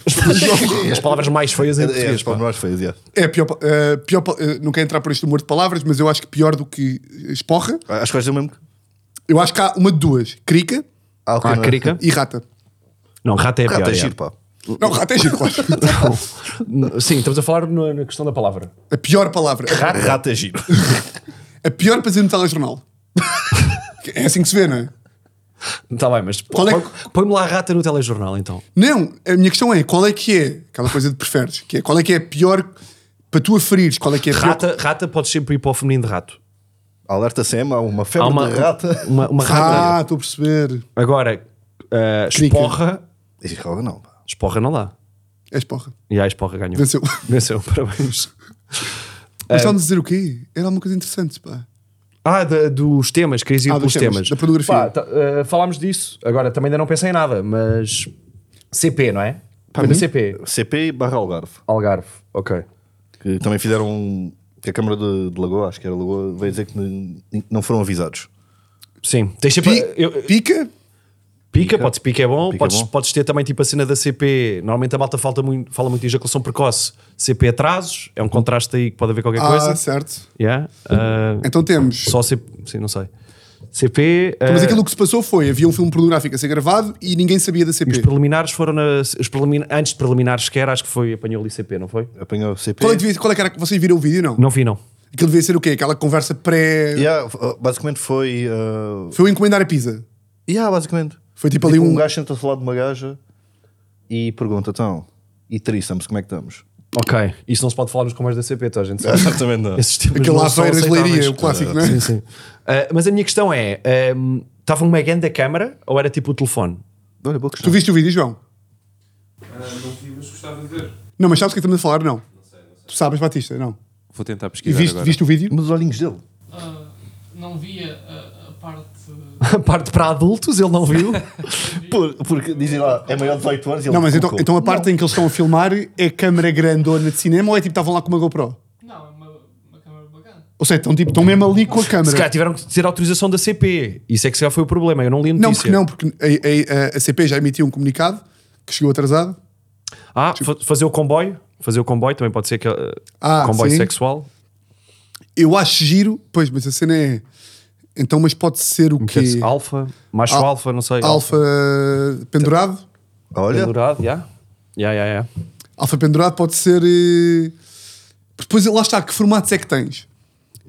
as palavras mais feias em
É,
português.
as
pá.
palavras feias, yeah.
É a pior, pa- eh, pior pa- eh, não quero entrar por este humor de palavras, mas eu acho que pior do que esporra,
Acho que vais dizer mesmo. que-
eu acho que há uma de duas: crica
Ah, ok,
Ah,
não é?
carica?
e rata.
Não, rata é a
Ah,
pior.
tá
é.
giro, pá.
Não, rata é giro, claro.
Sim, estamos a falar no- na questão da palavra.
A pior palavra.
Rata, é giro.
A pior para dizer no telejornal. É assim que se vê, não é?
Está Tá bem, mas
Qual é
põe- põe-me lá a rata no telejornal então.
Não, a minha questão é: qual é que é aquela coisa de preferes? Que é, qual é que é a pior para tu aferires? Qual é que é a pior?
Rata, rata pode sempre ir para o feminino de rato.
Alerta SEM, há uma
Há
febre
uma
de rata.
Uma, uma rata.
Ah, estou a perceber.
Agora, ah,
Crica.
esporra.
E roga não, pá.
Esporra não dá.
És porra.
E a esporra ganhou.
Venceu.
Venceu, parabéns.
Mas estavam a dizer o quê? Era alguma coisa interessante, pá.
Ah, da- dos temas, querias ir
Ah,
pelos
dos
temas.
temas, da pornografia.
Pá, tá, eh, falámos disso. Agora, também ainda não pensei em nada, mas... CP, não é? Pá, mas CP.
CP barra Algarve.
Algarve, ok.
Que também fizeram. um- Que a Câmara de, de Lagoa, acho que era Lagoa, veio dizer que n- não foram avisados.
Sim, tens sempre...
Pi-
eu- pica,
Pica?
podes, pica é bom.
Pica é
podes,
bom.
podes ter também tipo a cena da CP. Normalmente a malta falta muito, fala muito de ejaculação precoce. CP atrasos, é um contraste aí que pode haver qualquer
Ah,
coisa.
certo.
Yeah. ah,
Então temos.
Só CP, sim, não sei. CP...
Então, Mas
ah,
aquilo que se passou foi: havia um filme pornográfico a ser gravado e ninguém sabia da
Os
CP.
preliminares foram na, os prelimin- antes de preliminares sequer, acho que foi apanhou ali CP, não foi?
Apanhou CP.
Qual é, que devia- qual é que era? Vocês viram o vídeo? Não.
Não vi, não.
Aquilo devia ser o quê? Aquela conversa pré.
Yeah, f- basicamente foi. ah,
Foi o encomendar a pizza.
yeah, basicamente.
Foi tipo ali
um...
um-
gajo senta-se ao lado de uma gaja e pergunta: então, e triçamos, como é que estamos?
Ok. Isso não se pode falar nos comércios da CP, tá, gente?
Exatamente não.
Esses temas
Aquele
não
lá
são
Feiras de
aceitáveis.
Leiria, o clássico, não é?
Sim, sim. Ah, mas a minha questão é: ahm, estava uma grande câmara ou era tipo o telefone?
Olha, boa questão.
Tu viste o vídeo, João?
Ah, não vi, mas gostava de ver.
Não, mas sabes o que estamos a falar? Não. Tu sabes, Batista? Não.
Vou tentar
E
pesquisar
viste,
agora.
viste o vídeo?
Mas os olhinhos dele.
Ah, não via a, a parte.
A parte para adultos, ele não viu.
Por- porque dizem lá, é maior de 18 anos e ele
Não, mas então,
colocou.
então a parte em que eles estão a filmar é câmara grandona de cinema ou é tipo estavam lá com uma GoPro?
Não, é uma, uma câmara bacana.
Ou seja, estão tipo, estão mesmo ali com a
se calhar
câmara.
tiveram que ter autorização da CP. Isso é que se calhar foi o problema. Eu não li a
Não,
notícia.
porque não, porque a, a- a- a CP já emitiu um comunicado que chegou atrasado.
Ah, fa- fazer o comboio. Fazer o comboio também pode ser que. ah,
Tipo Ah,
comboio
sim.
sexual.
Eu acho giro, pois, mas a cena é. Então, mas pode ser
Um
o quê?
Que... é Alfa, macho
Al-
alfa, não sei.
Alfa pendurado?
Olha,
Pendurado, já. Já, já, já.
Alfa pendurado pode ser. eh, Depois lá está, que formatos é que tens?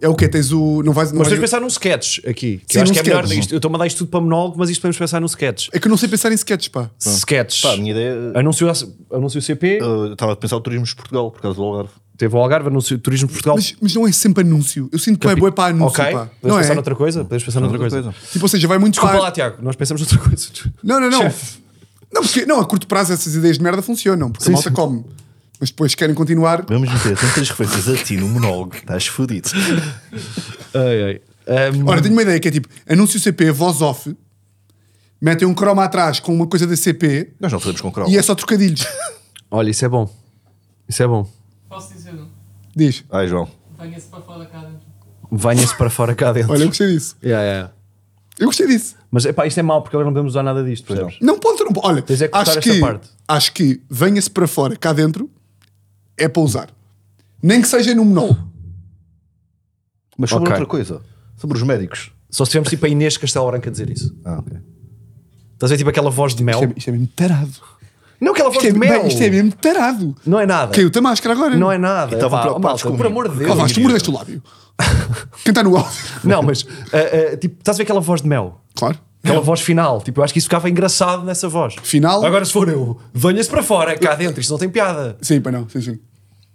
É o quê? Tens o. Não vais, não vais-
Mas tens de pensar num sketch aqui. Que
Sim,
eu acho
num
que é
sketch.
melhor. Isto, eu estou a dar isto tudo para monólogo, mas isto podemos pensar num sketch.
É que eu não sei pensar em sketches, pá.
Sketch.
pá, a minha ideia. ah,
Anúncio, anúncio CP,
eu Estava a pensar o turismo de Portugal, por causa do Algarve.
teve o Algarve, anúncio Turismo de Portugal.
Mas, mas não é sempre anúncio. Eu sinto que é
Capi-
bué para anúncio,
Ok,
pá.
podemos
Não
pensar
é?
noutra coisa? Podemos pensar noutra coisa.
Tipo, ou seja, vai muito
Desculpa
para-
lá, Tiago, nós pensamos noutra coisa.
Não, não, não.
Chefe.
Não, porque, não, a curto prazo essas ideias de merda funcionam, porque
Sim,
a malta
sim.
come. Mas depois querem continuar.
Vamos meter tantas refeições a ti no monólogo, estás fodido.
Ai, ai. Um,
Ora, tenho uma ideia que é tipo, anúncio CP, voz off, metem um croma atrás com uma coisa da CP
Nós não fazemos com crowd.
e é só trocadilhos.
Olha, isso é bom. Isso é bom.
Posso dizer, não?
Diz.
Ai, João.
Venha-se para fora cá dentro.
Venha-se para fora cá dentro.
Olha, eu gostei disso.
Yeah, yeah.
Eu gostei disso.
Mas epá, isto é mau porque agora não podemos usar nada disto, percebes?
Não pode, não pode. Olha,
Tens é que cortar
acho,
esta
que,
parte.
acho que venha-se para fora, cá dentro, é para usar. Nem que seja no monólogo.
Oh,
Mas sobre
Ok.
outra coisa, sobre os médicos.
Só se tivermos tipo a Inês Castelo Branca dizer isso.
Ah, ok.
Estás a ver tipo aquela voz de mel?
Isto é, isto é mesmo tarado.
Não aquela voz
Isto é,
de mel!
bem, isto é mesmo Então tarado.
oh, Não é nada.
Caiu-te a máscara agora.
Não é nada.
estavam
Pá,
preocupados
malta,
comigo.
por amor de Deus.
Oh, Vasco, tu mordeste o lábio. Quem está no áudio?
Não, mas ah, ah, tipo, estás a ver aquela voz de mel?
Claro.
Aquela voz final. Tipo, eu acho que isso ficava engraçado nessa voz.
Final?
Agora se for eu, venha-se para fora, cá dentro, isto não tem piada.
Sim, para não, sim, sim.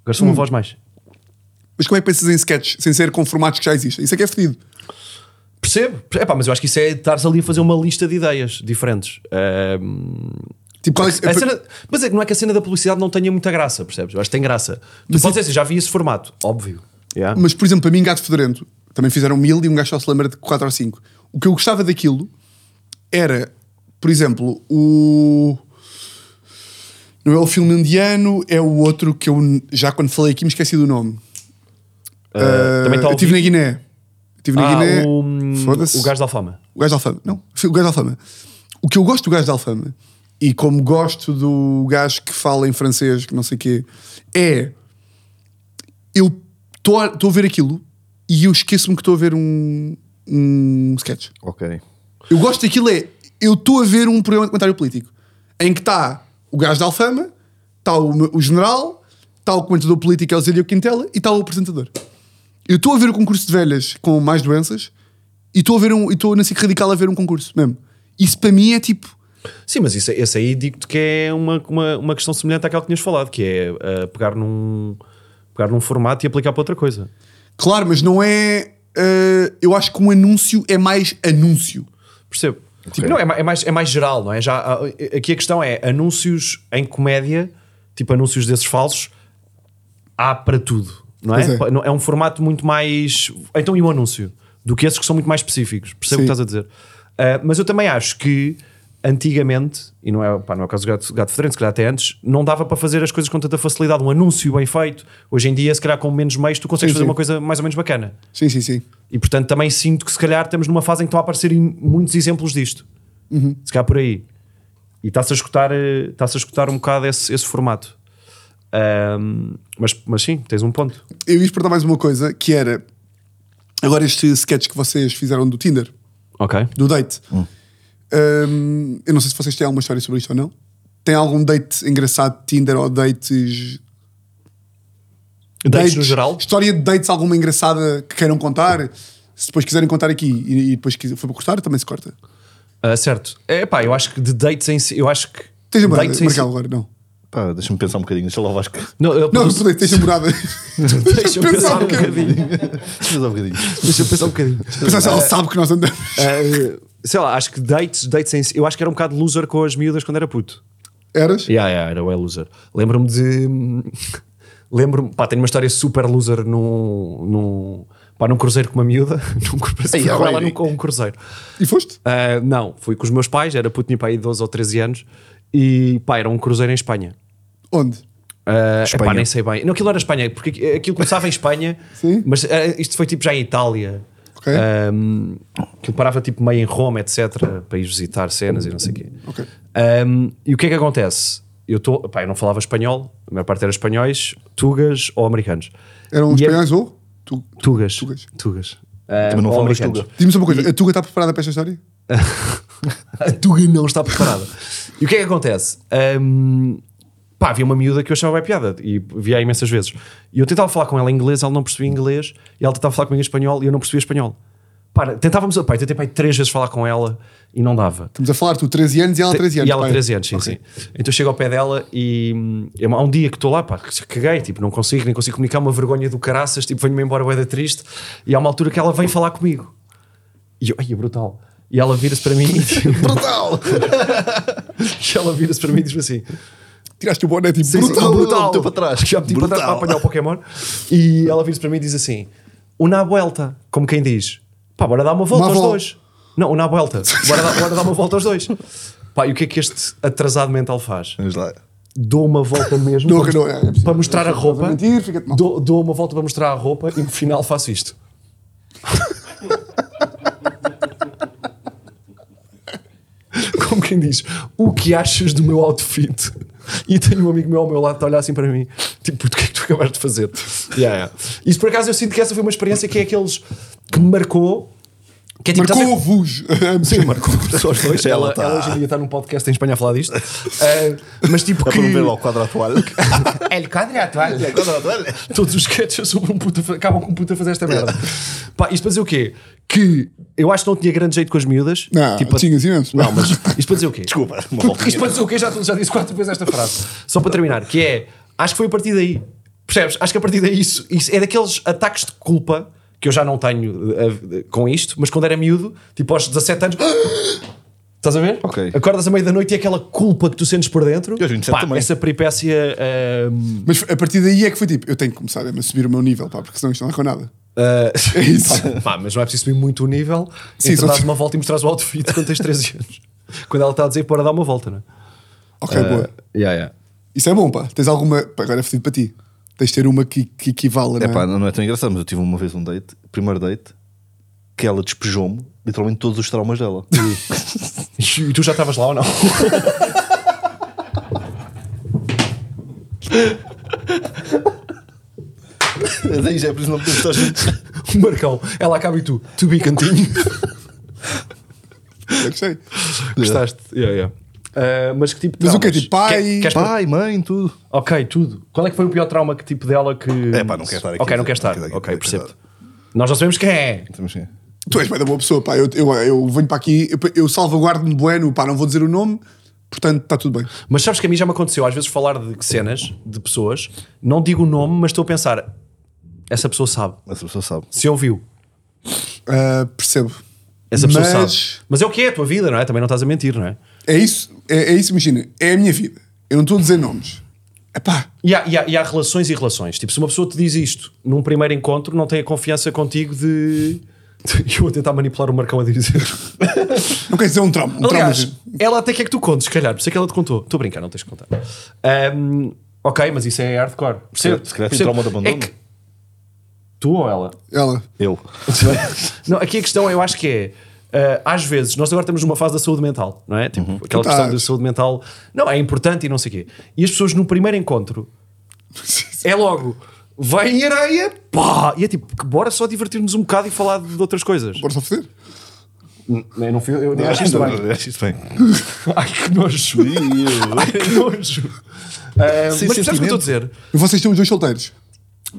Agora
Hum.
sou uma voz mais.
Mas como é que pensas em sketches sem ser com formatos que já existem? Isso é que é fedido.
Percebo? Epá, mas eu acho que isso é estares ali a fazer uma lista de ideias diferentes. Ahm,
Tipo, qual é que-
a cena- mas é que não é que a cena da publicidade não tenha muita graça, percebes? Eu acho que tem graça. Tu podes dizer assim, já vi esse formato, óbvio. Yeah.
Mas, por exemplo, para mim, Gato Fedorento, também fizeram mil e um gajo só se lembra de 4 ou 5. O que eu gostava daquilo era, por exemplo, o. Não é o filme indiano, é o outro que eu já quando falei aqui me esqueci do nome.
Ah, também está
Eh, eu
ao
estive na
vivo.
Guiné. Estive na
Ah,
Guiné.
o, hum,
Foda-se.
o gajo da Alfama.
O gajo da Alfama. Não, o gajo da Alfama. O que eu gosto do gajo da Alfama, e como gosto do gajo que fala em francês, que não sei o quê, é. Eu estou a, estou a ver aquilo e eu esqueço-me que estou a ver um, um sketch.
Ok.
Eu gosto daquilo é. Eu estou a ver um programa de comentário político em que está o gajo da Alfama, está o, o general, está o comentador político Eusélio Quintela e está o apresentador. Eu estou a ver o concurso de velhas com mais doenças e estou a ver um. e estou na SIC Radical a ver um concurso mesmo. Isso para mim é tipo.
Sim, mas isso, esse aí digo-te que é uma, uma, uma questão semelhante àquela que tinhas falado, que é ah, pegar, num, pegar num formato e aplicar para outra coisa.
Claro, mas não é. eh, eu acho que um anúncio é mais anúncio.
Percebo. Tipo, não, é, ma- é mais, é mais geral, não é? Já, ah, aqui a questão é anúncios em comédia, tipo anúncios desses falsos, há para tudo, não
Pois
é?
é.
Pa- não- É. um formato muito mais. Então, e um anúncio? Do que esses que são muito mais específicos. Percebo o
Sim.
que estás a dizer. Ah, mas eu também acho que antigamente, e não é, pá, não é o caso do gato, gato fedorento, se calhar até antes, não dava para fazer as coisas com tanta facilidade. Um anúncio bem feito, hoje em dia, se calhar com menos meios, tu consegues
Sim,
fazer
sim.
uma coisa mais ou menos bacana.
Sim, sim, sim.
E portanto também sinto que se calhar estamos numa fase em que estão a aparecer im- muitos exemplos disto. Se calhar por aí. E está-se a escutar, eh, está-se a escutar um bocado esse, esse formato. Ahm, mas, mas sim, tens um ponto.
Eu ia perguntar mais uma coisa, que era agora este sketch que vocês fizeram do Tinder,
Ok.
do date. Hum, eu não sei se vocês têm alguma história sobre isto ou não. Tem algum date engraçado de Tinder ou dates
Dates no geral.
História de dates alguma engraçada que queiram contar? Se depois quiserem contar aqui e, e depois quis- foi para cortar, também se corta.
Ah, certo. É pá, eu acho que de dates em si. Eu acho que.
Tens namorada,
dates em si-
Marcelo, agora não.
Pá, deixa-me pensar um bocadinho, deixa lá o Vasco.
Não, eu
Não,
produzo-
peraí, tens namorada.
deixa-me pensar um
bocadinho.
bocadinho.
Deixa-me pensar um bocadinho.
Deixa-me pensar um bocadinho.
Pensar se ela sabe que nós andamos.
Ah, sei lá, acho que dates, dates em si. Eu acho que era um bocado loser com as miúdas quando era puto.
Eras?
Yeah, yeah, era o loser. Lembro-me de. hum, Lembro-me. Pá, tenho uma história super loser num. num pá, num cruzeiro com uma miúda. Num cruzeiro,
Ai,
com
ai,
ela
ai.
num, com um cruzeiro.
E foste?
Ah, não, fui com os meus pais, era puto, tinha pá aí 12 ou 13 anos. E pá, era um cruzeiro em Espanha.
Onde?
Ah,
Espanha.
epá, nem sei bem. Não, aquilo era Espanha, porque aqui- aquilo começava em Espanha,
Sim.
mas ah, isto foi tipo já em Itália.
Ok.
É. Ahm, aquilo parava tipo meio em Roma, etc., para ir visitar cenas e não sei o quê.
Ok.
Ahm, e o que é que acontece? Eu, tô, pá, eu não falava espanhol, a maior parte era espanhóis, tugas ou americanos.
Eram
E é-
espanhóis ou? Tu...
Tugas.
Tugas.
Tugas. Ah,
Também não
Ou
falavas
americanos.
tuga.
Diz-me só uma coisa, a Tuga está preparada para esta história?
A Tuga não está preparada. e o que é que acontece? Ahm, pá, havia uma miúda que eu achava bem piada e via imensas vezes. E eu tentava falar com ela em inglês, ela não percebia inglês, e ela tentava falar comigo em espanhol e eu não percebia espanhol. Pá, tentávamos, pá, eu tentei pá, aí três vezes falar com ela e não dava.
Estamos a falar, tu 13 anos e ela 13 anos. é.
E ela
pai.
13 anos, sim, sim. Então eu chego ao pé dela e hum, eu- há um dia que estou lá, pá, que caguei, tipo, não consigo, nem consigo comunicar, uma vergonha do caraças, tipo, venho-me embora, boeda triste. E há uma altura que ela vem falar comigo. E eu, ai, é brutal. E ela vira-se para mim. brutal! e ela vira-se para mim e diz-me assim:
Tiraste o boné tipo
Sim, sim,
brutal.
brutal.
Meteu para trás.
Já meti para trás para
Brutal.
apanhar o Pokémon. E ela vira-se para mim e diz assim: Una vuelta. Como quem diz: Pá, bora dar uma volta
Uma
aos
vol-
dois. Não, una vuelta. Bora dar, bora dar uma volta aos dois. Pá, e o que é que este atrasado mental faz?
Vamos lá.
Dou uma volta mesmo
Não,
para,
que não é, é preciso.
para mostrar a roupa.
mentir, fica-te mal.
dou, dou uma volta para mostrar a roupa e no final faço isto. Como quem diz, o que achas do meu outfit? E tenho um amigo meu ao meu lado que está a olhar assim para mim, tipo, "Puto, o que é que tu acabaste de fazer? Yeah, yeah. Isso por acaso eu sinto que essa foi uma experiência que é aqueles que me marcou. Que é tipo, estás a-
Marcou-vos.
Sim, marcou só os dois.
Ela
Ela,
tá-
ela hoje em dia está num podcast em Espanha a falar disto. Ah, mas tipo
Dá
que...
para não ver lá o quadro atual.
El quadro atual.
É,
Todos os sketches sobre um puto, a fa- acabam com um puto a fazer esta merda. Pá, isto para dizer o quê? Que eu acho que não tinha grande jeito com as miúdas.
Não,
Tipo,
tinha assim mesmo.
Não, mas isto para dizer o quê?
Desculpa, uma voltinha.
Isto para dizer o quê? Já, já disse quatro vezes esta frase. Só para terminar, que é... Acho que foi a partir daí. Percebes? Acho que a partir daí isso, isso é daqueles ataques de culpa que eu já não tenho eh, eh, com isto, mas quando era miúdo, tipo aos 17 anos... Estás a ver?
Ok.
Acordas a meio da noite e é aquela culpa que tu sentes por dentro.
E aos 27
Pá,
também.
essa peripécia... ehm,
Mas a partir daí é que foi tipo, eu tenho que começar a subir o meu nível, pá, porque senão isto não dá com nada.
Ah,
É isso.
pá, mas não é preciso subir muito o nível.
Sim,
Sim,
só-
dás uma volta e mostras o outfit quando tens 13 anos. Quando ela está a dizer para dar uma volta, não é?
Ok,
Eh,
boa.
Yeah, yeah.
Isso é bom, pá. Tens alguma. Pá, agora é fedido para ti. Tens de ter uma que, que equivale,
É
não
pá,
é?
não não é tão engraçado, mas eu tive uma vez um date, primeiro date, que ela despejou-me literalmente todos os traumas dela.
E tu já estavas lá ou não?
Mas aí já é por isso não podemos estar juntos.
O Marcão, ela acaba e tu, tu bicantinho.
Eu gostei.
Gostaste? Yeah, yeah. Ah, mas que tipo de
Mas o quê?
traumas?
Tipo, pai-
Quer- queres-
Pai, mãe, tudo.
Ok, tudo. Qual é que foi o pior trauma que tipo dela que.
É pá, não quero estar aqui.
Ok, não quer
Não
estar.
quero estar aqui,
ok,
não quero
percebo. Nós já sabemos quem é.
Estamos Então, sim.
Tu és bem da boa pessoa, pá. Eu, eu, eu venho para aqui, eu, eu salvaguardo-me bueno, pá, não vou dizer o nome, portanto está tudo bem.
Mas sabes que a mim já me aconteceu às vezes falar de cenas, de pessoas, não digo o nome, mas estou a pensar, essa pessoa sabe.
Essa pessoa sabe.
se ouviu.
Ah, percebo.
Essa pessoa
Mas-
sabe. Mas é o que é a tua vida, não é? Também não estás a mentir, não é?
É isso, é, é isso, imagina. É a minha vida. Eu não estou a dizer nomes. Epá,
E há, e há- e há relações e relações. Tipo, se uma pessoa te diz isto num primeiro encontro, não tem a confiança contigo de. Eu a tentar manipular o Marcão a dizer.
não quer dizer um trauma. Um trauma
Aliás, ela até quer que tu contes, se calhar, por isso é que ela te contou. Estou a brincar, não tens de contar. Ahm, ok, mas isso é hardcore. Percebo.
Se calhar tem
percebo.
trauma de abandono.
É que- Tu ou ela?
Ela.
Eu.
Não, aqui a questão eu acho que é. ah, às vezes, nós agora estamos numa fase da saúde mental, não é? Tipo, aquela
Tu
questão
estás.
da saúde mental, não, é importante e não sei o quê. E as pessoas no primeiro encontro, é logo, vai em areia, pá! E é tipo, que bora só divertir-nos um bocado e falar de outras coisas.
Bora só fazer.
Eu, não fui, eu nem acho isto bem.
Acho isto bem.
Ai que nojo! Ai que nojo! Ah,
Sem
mas percebes o que
sentimento.
eu estou a dizer?
E vocês estão os dois solteiros.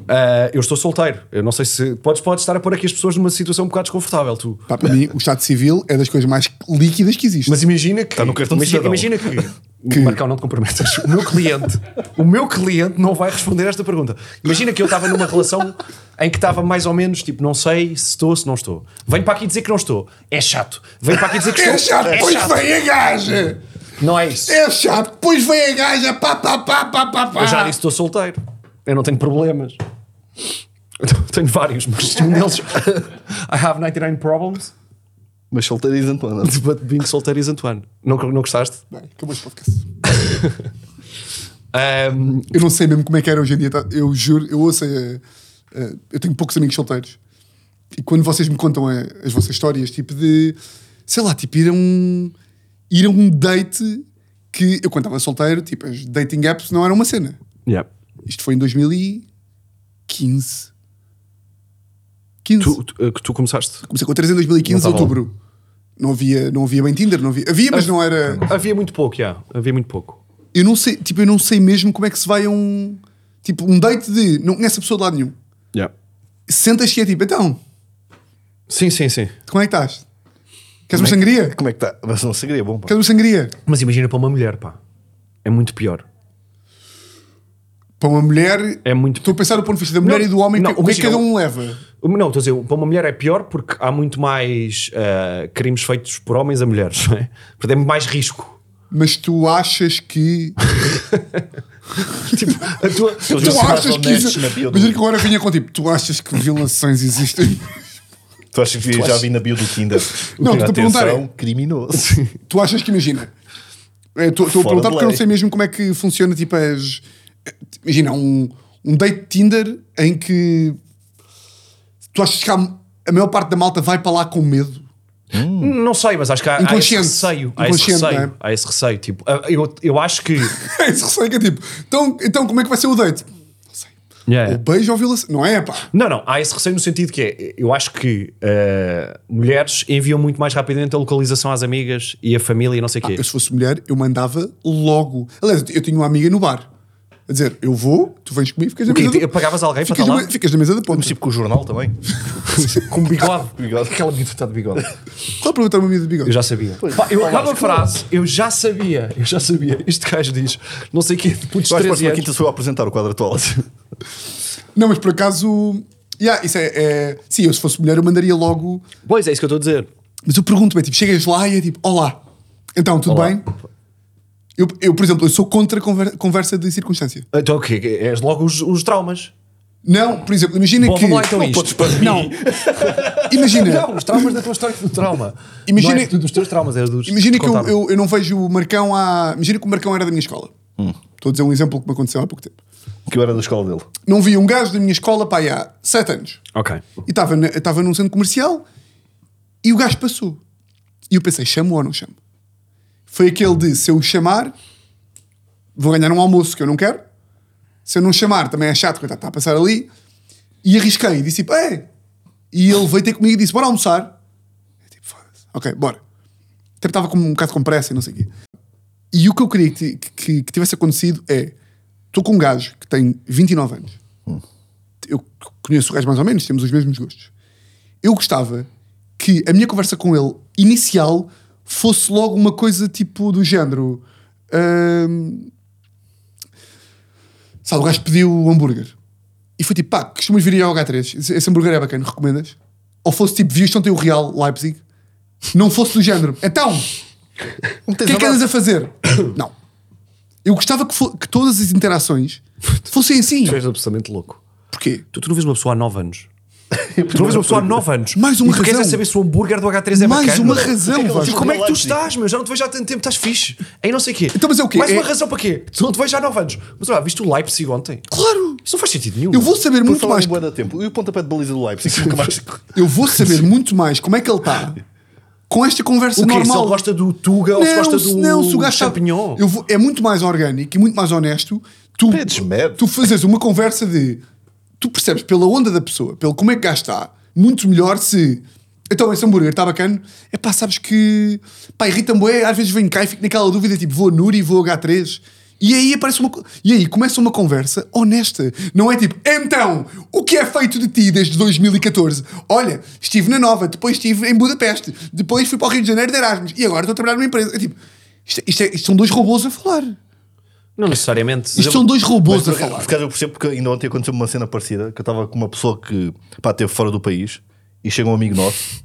Ah, eu estou solteiro. Eu não sei se. Podes, podes estar a pôr aqui as pessoas numa situação um bocado desconfortável, tu.
Pá, para mim, o Estado Civil é das coisas mais líquidas que existe.
Mas imagina que.
Está no cartão de
imagina,
cidadão.
imagina que. Marcão, não te comprometas. O meu cliente, o meu cliente não vai responder a esta pergunta. Imagina que eu estava numa relação em que estava mais ou menos tipo, não sei se estou, se não estou. Venho para aqui dizer que não estou. É chato. Venho para aqui dizer que estou.
É chato, pois vem a gaja!
Não é isso.
É chato, pois vem a gaja! Pá, pá, pá, pá, pá, pá!
Eu já disse que estou solteiro. Eu não tenho problemas. Eu tenho vários, mas um deles. I have 99 problems,
Mas solteiro e isento, não.
but being solteiro is Antoine. Não, não gostaste?
Bem, acabou este podcast.
Ahm,
Eu não sei mesmo como é que era hoje em dia. tá? Eu juro, eu ouço. eh, eh, eu tenho poucos amigos solteiros. E quando vocês me contam eh, as vossas histórias, tipo de. Sei lá, tipo ir a um. ir a um date que. Eu quando estava solteiro, tipo, as dating apps não eram uma cena.
yeah.
Isto foi em 2015. 15.
tu, tu, eh, que tu começaste.
Comecei com 3 em 2015,
Não
tá
estava
outubro. Não havia, não havia bem Tinder, não havia. Havia, mas não era.
Havia muito pouco, já. Havia muito pouco.
Eu não sei, tipo, eu não sei mesmo como é que se vai a um. Tipo, um date de. Não conhece a pessoa de lado nenhum. Sentas-te e é tipo, então,
Sim, sim, sim.
como é que estás? Queres uma sangria?
Como é que está? Mas não seria bom, pá.
Queres uma sangria?
Mas imagina para uma mulher, pá. É muito pior.
Para uma mulher.
É muito
Estou a pensar do ponto de vista da mulher
Não,
e do homem,
não,
que- o que é que
imagina,
cada um leva?
Não, estou a dizer, para uma mulher é pior porque há muito mais ah, crimes feitos por homens a mulheres, não é? Portanto, é mais risco.
Mas tu achas que.
Tipo, a tua-
tu achas que.
Então honestos
Isso...
na bio do-
Mas é que agora vinha com tipo, tu achas que violações existem?
Tu achas que já vi na bio do Tinder?
Não,
O que-
estou a perguntar
Atenção,
é-
criminoso.
Tu achas que imagina? é, Estou estou a
Fora
perguntar
de
porque eu não
lei.
sei mesmo como é que funciona tipo as. Imagina, um, um date Tinder em que tu achas que há- a maior parte da malta vai para lá com medo.
Não sei, mas acho que há, há esse
Inconsciente.
receio. Há esse
Inconsciente,
receio.
não é?
Há esse receio. Tipo, ah, eu, eu acho que.
É esse receio que é tipo. Então, então como é que vai ser o date? Não sei. Ou beijo ou violação. Não é, pá.
Não, não, há esse receio no sentido que é, eu acho que ah, mulheres enviam muito mais rapidamente a localização às amigas e a família e não sei o quê.
Eu, se fosse mulher, eu mandava logo. Aliás, eu tinha uma amiga no bar. A dizer, eu vou, tu vens comigo, ficas na
O quê?
mesa.
Ti- pagavas alguém para
ficas
estar
na
lá? assim,
me- Ficas na mesa da ponta.
Mas tipo com o jornal também.
Com bigode.
Bigode.
Aquela miúda está de bigode.
Qual a pergunta uma amiga de bigode?
Eu já sabia. Pá, eu acabo a frase, eu já sabia, eu já sabia. Este gajo diz, não sei o quê, depois de
Eu acho que a
13
próxima
anos.
quinta sou eu a apresentar o quadro atual.
Não, mas por acaso. Yeah, isso é, é- Sim, eu se fosse mulher eu mandaria logo.
Pois é, isso que eu estou a dizer.
Mas eu pergunto-me, é tipo, chegas lá e é tipo, olá, então tudo
Olá.
bem? Eu, eu, por exemplo, eu sou contra conver- conversa de circunstância.
Então o quê? És logo os, os traumas.
Não, por exemplo, imagina
Bom,
que.
vamos lá então isto.
Não. Imagina,
Não, os traumas da tua história do trauma.
Imagina-
Não és tu dos teus traumas, és dos.
imagina que eu,
contaram.
eu, eu não vejo o Marcão há. Imagina que o Marcão era da minha escola.
Hum.
Estou a dizer um exemplo que me aconteceu há pouco tempo.
que eu era da escola dele.
Não vi um gajo da minha escola pá, há sete anos.
Ok.
E estava na- estava num centro comercial e o gajo passou. E eu pensei, chamo ou não chamo? Foi aquele de, se eu o chamar, vou ganhar um almoço que eu não quero. Se eu não chamar, também é chato, coitado, está a passar ali. E arrisquei, disse, tipo, é. E ele veio ter comigo e disse, bora almoçar. Eu, tipo, foda-se. Ok, bora. Até estava com um bocado com pressa e não sei o quê. E o que eu queria que, que- que tivesse acontecido é, estou com um gajo que tem 29 anos eu conheço o gajo mais ou menos, temos os mesmos gostos. Eu gostava que a minha conversa com ele inicial fosse logo uma coisa tipo do género. hum, sabe, o gajo pediu um hambúrguer. E foi tipo, pá, costumas vir aí ao H3. Esse esse hambúrguer é bacana, recomendas? ou fosse tipo vias ontem o Real Leipzig, não fosse do género. Então, o que é que andas a fazer? Não. Eu gostava que, fo- que todas as interações fossem assim.
Tu és absolutamente louco.
Porquê?
Tu, tu não vês uma pessoa há 9 anos. Tu não vês uma pessoa há 9 anos.
Mais uma
e tu queres é
razão.
saber se o hambúrguer do H3 é
Mais
bacana.
uma razão,
Tipo,
Vasco.
Como é que tu
Galáctico.
estás, meu? Já não te vejo há tanto tempo, estás fixe. Em não sei o quê.
Então, mas é o quê?
Mais uma
É-
razão para quê? Tu não te vejo há 9 anos. Mas olha, lá, viste o Leipzig ontem?
Claro!
Isso não faz sentido nenhum.
Eu vou saber
Por
muito
falar
mais.
em bué da tempo. E o pontapé de baliza do Leipzig? Nunca mais...
Eu vou saber muito mais como é que ele está com esta conversa
O quê? Se
normal.
ele gosta do Tuga ou se gosta do
não, se o gajo sabe-
champignon.
Eu vou- é muito mais orgânico e muito mais honesto. Tu,
Pedes merda.
tu fazes uma conversa de. Tu percebes pela onda da pessoa, pelo como é que cá está, muito melhor se. Então, esse hambúrguer está bacana. É pá, sabes que. Pá, irrita-me, bué, às vezes vem cá e fico naquela dúvida tipo, vou a Nuri, vou a H3. E aí aparece uma. co- E aí começa uma conversa honesta. Não é tipo, então, o que é feito de ti desde 2014? Olha, estive na Nova, depois estive em Budapeste, depois fui para o Rio de Janeiro de Erasmus e agora estou a trabalhar numa empresa. É tipo, isto, isto é- isto são dois robôs a falar.
Não necessariamente.
Isto são dois robôs a
Por
falar.
acaso eu percebo porque ainda ontem aconteceu uma cena parecida que eu estava com uma pessoa que pá, esteve fora do país e chega um amigo nosso,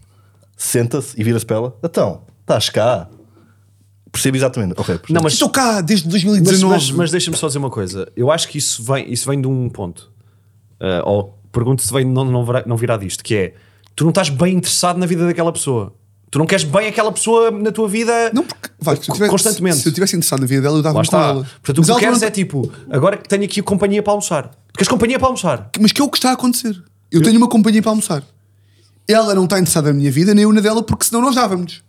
senta-se e vira-se para ela. Então, estás cá. Percebo exatamente. Ok, percebo.
Não, mas
Estou cá desde
Mas,
2019.
mas, mas deixa-me só dizer uma coisa. Eu acho que isso vem, isso vem de um ponto. Ah, ou pergunto se vem, não, não, virá, não virá disto, que é tu não estás bem interessado na vida daquela pessoa. Tu não queres bem aquela pessoa na tua vida
Não, porque, vai, se eu tivesse,
constantemente.
Se eu tivesse interessado na vida dela, eu dava
Lá
me com
está.
ela.
Portanto, o que tu
ela
queres
também-
é tipo, agora que tenho aqui companhia para almoçar. Tu queres companhia para almoçar?
mas que é o que está a acontecer. Eu, tenho uma companhia para almoçar. Ela não está interessada na minha vida, nem eu na dela, porque senão nós dávamos.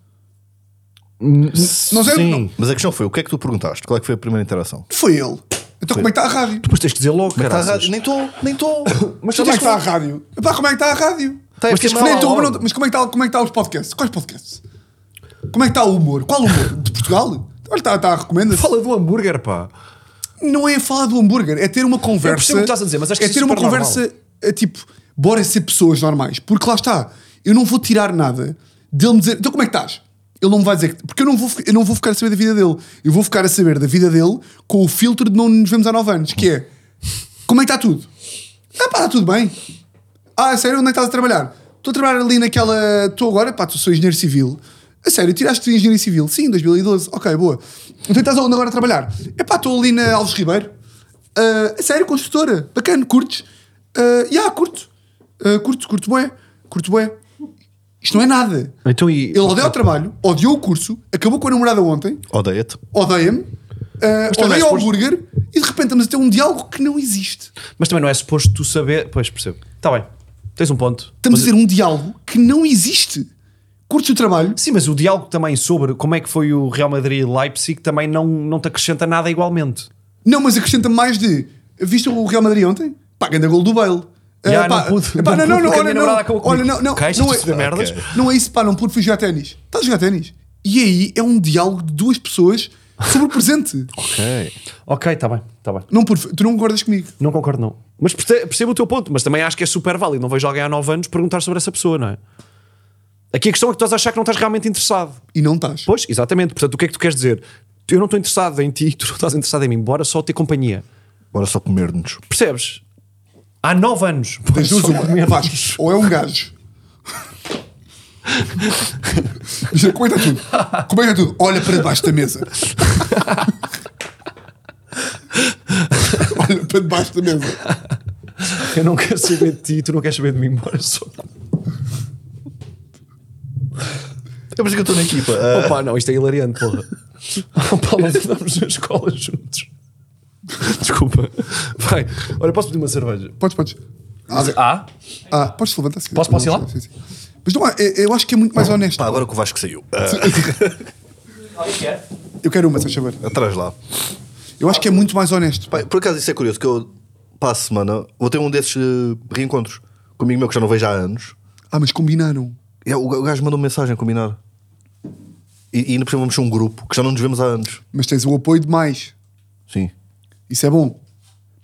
Nós é- não.
Mas a questão foi: o que é que tu perguntaste? Qual é que foi a primeira interação?
Foi ele. Então como é que está a rádio?
Depois tens que dizer logo,
Tá errado.
caraças.
Nem estou, nem estou.
Mas
como
tu
é
tens
que está a
que...
rádio? Epá, como é que está a rádio?
Tá,
mas,
este
tens-
mal
nem tu,
logo.
mas não- mas como é que está como é que está os podcasts? Quais podcasts? Como é que está o humor? Qual humor? De Portugal? Olha, está, está a recomenda
Fala do hambúrguer, pá.
Não é falar do hambúrguer, é ter uma conversa.
percebo o que estás a dizer, mas acho que
É
isso
ter
é
uma
super
conversa é, tipo, bora ser pessoas normais. Porque lá está, eu não vou tirar nada dele me dizer, então como é que estás? Ele não me vai dizer, que- porque eu não, vou, fi- eu não vou ficar a saber da vida dele. Eu vou ficar a saber da vida dele com o filtro de não nos vemos há 9 anos, que é como é que está tudo? Ah, pá, está tudo bem. Ah, a sério, onde é que estás a trabalhar? Estou a trabalhar ali naquela. Estou agora, pá, tu sou engenheiro civil. A sério, tiraste de engenhairo civil? Sim, 2012. Ok, boa. Então estás aonde agora a trabalhar? É pá, estou ali na Alves Ribeiro. Ah, a sério, construtora. Bacana, curtes? Ah, Ya, curto. Ah, curto, curto bué. Curto bué. Isto não é nada.
Então e.
Ele odeia o trabalho, odiou o curso, acabou com a namorada ontem,
Odeia-te.
odeia-me, ah,
também
odeia
é
o
suposto-
hambúrguer e de repente estamos a ter um diálogo que não existe.
Mas também não é suposto tu saber. Pois percebo. Está bem. Tens um ponto.
Estamos a ter um diálogo que não existe. Curtes o trabalho?
Sim, mas o diálogo também sobre como é que foi o Real Madrid-Leipzig também não, não te acrescenta nada igualmente.
Não, mas acrescenta mais de. Viste o Real Madrid ontem? Pá, ganda gol do Bale.
Já,
Ah,
não pude,
pá, não, não,
não
não,
pude, porque a
olha,
minha
não,
namorada acabou
olha,
comigo.
não, não,
Caixas
não,
de merdas.
é, não é isso, pá, não pude fui jogar ténis. Estás a jogar ténis? E aí é um diálogo de duas pessoas sobre o presente.
Ok.
Ok, está bem, está bem.
não pude, tu não concordas comigo?
Não concordo, não. Mas perce- percebo o teu ponto, mas também acho que é super válido. Não vejo alguém há 9 anos perguntar sobre essa pessoa, não é? Aqui a questão é que tu estás a achar que não estás realmente interessado.
E não estás.
Pois, exatamente. Portanto, o que é que tu queres dizer? Eu não estou interessado em ti, tu não estás interessado em mim, bora só ter companhia.
Bora só comer-nos.
Percebes? Há 9 anos.
Tens duas uma. Vasco, ou é um gajo. Diz, Comenta tudo. Comenta tudo. Olha para debaixo da mesa. Olha para debaixo da mesa.
Eu não quero saber de ti, tu não queres saber de mim, bora só.
Eu pensei É que eu estou na equipa. Ah,
Opa, não, isto é hilariante, porra. Opa, nós andámos na escola juntos. Desculpa. Vai, olha, posso pedir uma cerveja?
Podes, podes. Ah,
Ah?
ah, podes te levantar se
Posso- posso ir lá?
Sim, sim. Mas não há, eu eu acho que é muito mais honesto.
pá, agora que o Vasco saiu. Ah,
Eu quero uma, se faz favor.
atrás lá.
Eu acho que é muito mais honesto.
Pá, por acaso isso é curioso, que eu, para a semana, vou ter um desses eh, reencontros comigo meu que já não vejo há anos.
Ah, mas combinaram.
E É, o o gajo mandou uma mensagem combinada. E, e ainda por cima vamos ter um grupo que já não nos vemos há anos.
Mas tens o apoio de mais.
Sim.
Isso é bom.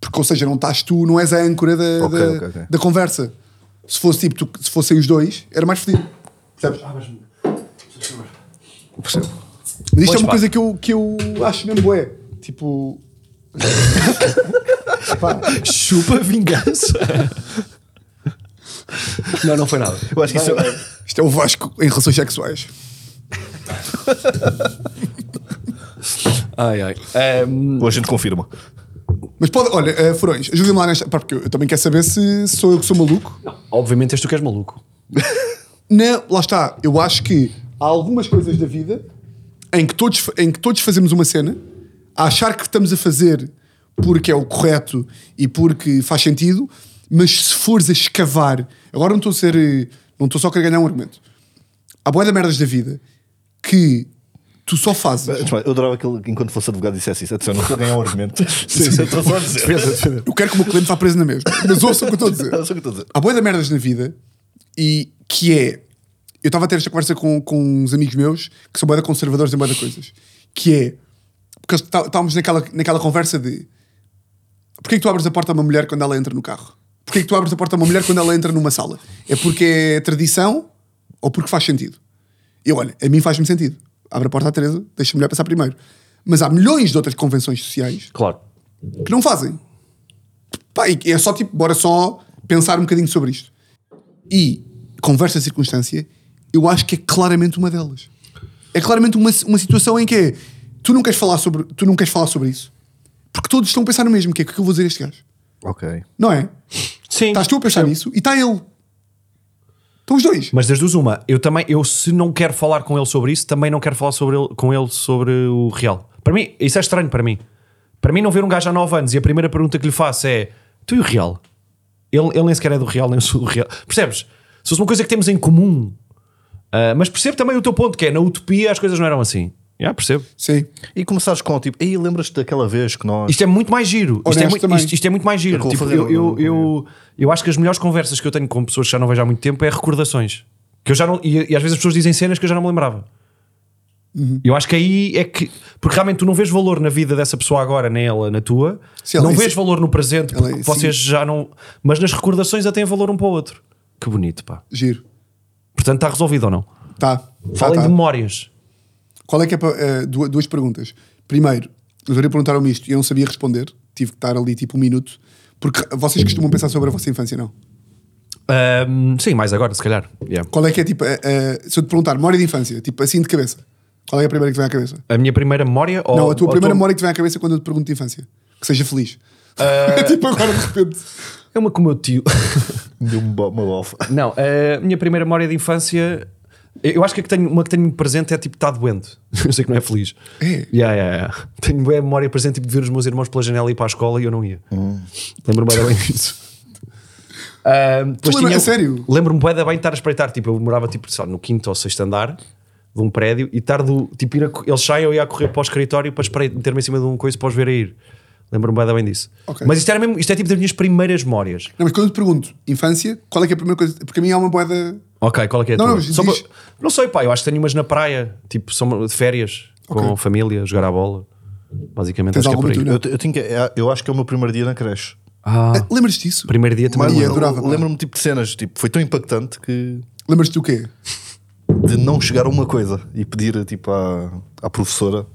Porque, ou seja, não estás tu, não és a âncora da,
Ok,
da,
ok, ok.
da conversa. Se fosse tipo, tu- se fossem os dois, era mais fedido. Percebes?
Percebo.
Mas isto
Pois,
é uma
pá.
coisa que eu, que eu acho mesmo bué. Tipo.
Chupa vingança. Não, não foi nada.
Eu acho que isso
Isto é o Vasco em relações sexuais.
Ai, ai. Ahm,
Ou a gente confirma.
Mas pode, olha, eh, Furões, ajudem-me lá nesta. pá, Porque eu, eu também quero saber se sou eu que sou maluco.
obviamente és tu que és maluco.
Não, lá está. Eu acho que há algumas coisas da vida em que todos, fa- em que todos fazemos uma cena, a achar que estamos a fazer porque é o correto e porque faz sentido, mas se fores a escavar. Agora não estou a ser. eh, Não estou só a querer ganhar um argumento. Há boia da merdas da vida que tu só fazes.
Antes de mais, Eu adorava que ele, enquanto fosse advogado, dissesse isso. Atenção, não estou a ganhar um argumento.
é
Sim, eu estou só a dizer.
Eu quero que o meu cliente vá preso na mesma. Mas ouçam o que eu estou a dizer.
Ouçam o que eu estou a dizer.
Há boia da merdas na vida e que é. Eu estava a ter esta conversa com, com uns amigos meus que são boia de conservadores em boia de coisas. Que é. Porque eles tá- estávamos naquela, naquela conversa de. Porquê que tu abres a porta a uma mulher quando ela entra no carro? Porquê que tu abres a porta a uma mulher quando ela entra numa sala? É porque é tradição ou porque faz sentido? Eu, olha, a mim faz-me sentido. Abre a porta à Teresa, deixa a mulher passar primeiro. Mas há milhões de outras convenções sociais
Claro.
que não fazem. Pá, e é só tipo, bora só pensar um bocadinho sobre isto. E, conversa circunstância, eu acho que é claramente uma delas. É claramente uma, uma situação em que é, tu não queres falar sobre, tu não queres falar sobre isso, porque todos estão a pensar no mesmo, que é o que é que eu vou dizer a este gajo.
Ok.
Não é?
Sim.
Estás tu a pensar nisso e está ele. Estão os dois.
Mas das duas, uma, eu também, eu se não quero falar com ele sobre isso, também não quero falar sobre ele, com ele sobre o real. Para mim, isso é estranho para mim. Para mim, não ver um gajo há 9 anos e a primeira pergunta que lhe faço é: Tu e o real? Ele, ele nem sequer é do real, nem eu sou do real. Percebes? Se fosse uma coisa que temos em comum. Ah, mas percebo também o teu ponto, que é na utopia as coisas não eram assim. Já percebo.
Sim.
E começares com tipo, aí lembras-te daquela vez que nós.
Isto é muito mais giro. Isto é
Honesto
muito,
também.
isto- isto é muito mais
Eu
giro.
vou
Tipo,
fazer
eu,
um-
eu, eu, eu acho que as melhores conversas que eu tenho com pessoas que já não vejo há muito tempo é recordações. Que eu já não, e, e às vezes as pessoas dizem cenas que eu já não me lembrava.
Uhum.
Eu acho que aí é que. Porque realmente tu não vês valor na vida dessa pessoa agora, nem ela na tua.
Sim, ela
não
é
vês
sim.
valor no presente,
Ela
porque
é sim.
vocês já não. Mas nas recordações já têm valor um para o outro. Que bonito, pá.
Giro.
Portanto, está resolvido ou não?
Tá. Tá,
Falem
tá.
de memórias.
Qual é que é pa- eh, du- duas perguntas. Primeiro, eu deveria perguntar-me isto e eu não sabia responder. Tive que estar ali tipo um minuto. Porque vocês costumam pensar sobre a vossa infância, não?
Ahm, sim, mais agora, se calhar. Yeah.
Qual é que é tipo. eh, eh, se eu te perguntar, memória de infância, tipo assim de cabeça. Qual é a primeira que te vem à cabeça?
A minha primeira memória ou.
não, a tua
ou
primeira memória que te vem à cabeça é quando eu te pergunto de infância. Que seja feliz.
Eh,
tipo agora de repente.
É uma com o meu tio.
Deu uma bo- uma bofa.
Não, eh, a minha primeira memória de infância. Eu acho que a que tenho, uma que tenho presente é tipo estar doente. Eu sei que não é feliz.
É.
Yeah, yeah, yeah. Tenho bué memória presente tipo, de ver os meus irmãos pela janela e ir para a escola e eu não ia.
Hum.
Lembro-me bué da bem disso. Ahm, depois
lembra- a sério?
Lembro-me bué da bem de estar a espreitar. Tipo, eu morava tipo, sei lá, no quinto ou sexto andar de um prédio e estar do. Tipo, ir a co- eles saem eu ia a correr para o escritório para espreitar- meter-me em cima de um coisa para os ver a ir. Lembro-me bué da bem disso.
Ok.
Mas isto, era mesmo, isto é tipo das minhas primeiras memórias.
Não, mas quando eu te pergunto infância, qual é que é a primeira coisa? Porque a mim há uma boeda.
Ok, qual é que é a
Não, não,
tua?
mas
Só
diz-
para- não sei, pá, eu acho que tenho umas na praia, tipo, são de férias, com
Ok.
a família, jogar à bola. Basicamente,
Tens
acho que é
alguma
por aí.
tu, não?
Eu, te- eu, tinha que- é- eu acho que é o meu primeiro dia na creche.
Ah,
Ah, Lembras-te disso?
primeiro dia também.
Mas
não
eu
lembro.
adorava, pá.
Lembro-me tipo de cenas, tipo, foi tão impactante que
Lembras-te do quê?
de não chegar a uma coisa e pedir tipo à, à professora.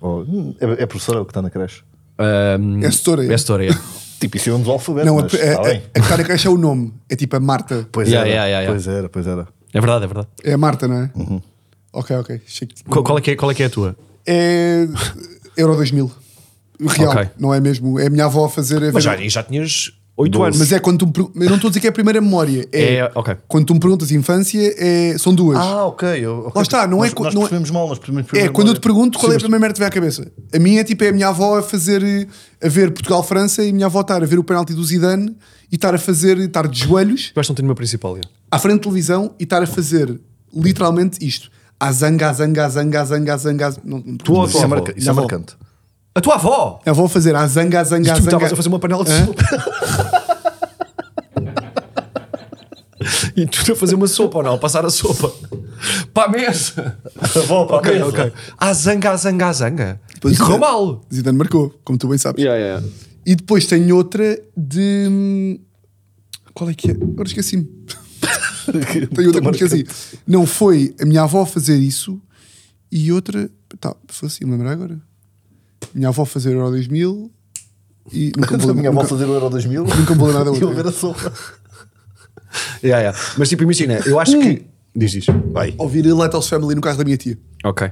ou- é, é professora que está na creche.
Ahm,
É a setora, é?
É a setora, é.
Tipo, isso é um desalfabeto,
Não, a,
mas
a,
está
a,
bem.
a que está na creche é o nome. É tipo a Marta.
Pois
Yeah,
era,
yeah, yeah, yeah.
pois era, pois era.
É verdade, é verdade.
É a Marta, não é?
Uhum.
Ok, ok. Chique.
Qual, qual é que é, qual é que é a tua?
É Euro 2000. Real,
Ok.
não é mesmo? É a minha avó a fazer. A
Mas já,
ver-
já tinhas 8
Doze.
anos.
Mas é quando tu me pergun- Eu não estou a dizer que é a primeira memória. É,
É, ok.
Quando tu me perguntas infância, é- são duas.
Ah, ok. Eu, ok.
Lá está, não é
nós,
co-
Nós
não é-
percebemos mal, nós percebemos
é,
primeiro
quando eu
mal.
te pergunto qual é a primeira merda que te vem à cabeça. A minha é tipo, é a minha avó a fazer. eh, a ver Portugal-França e a minha avó estar a ver o penalti do Zidane e estar a fazer. estar de joelhos
Eu acho que não tenho uma principal. já.
à frente da televisão e estar a fazer literalmente isto. A zanga, a zanga, a zanga, a zanga, a zanga. a zanga. Não, não-
Tua
Isso
avó.
é, marca- isso é
avó.
marcante.
A tua avó!
Eu vou fazer a zanga, a zanga, a
Tu
zanga.
estavas a fazer uma panela de
Hã?
sopa. e tu a fazer uma sopa ou não? A Passar a sopa. Para a mesa.
Avó, para
Ok, é. ok. À zanga, à zanga, à zanga. e correu mal.
Zidane marcou, como tu bem sabes. E depois tem outra de. hum, Qual é que é? Agora esqueci-me. Tem outra que me esqueci. Não foi a minha avó fazer isso e outra. Tá, foi assim, me lembrar agora. Minha avó fazer Euro 2000 e. Nunca me vou
A
lembrar.
minha avó
nunca-
fazer o Euro 2000.
Nunca me vou lembrar da
E eu ver
outra.
a sopa.
Yeah, yeah. Mas tipo, imagina, eu acho que. Diz, diz.
Vai.
Ouvir Lighthouse Family no carro da minha tia.
Ok.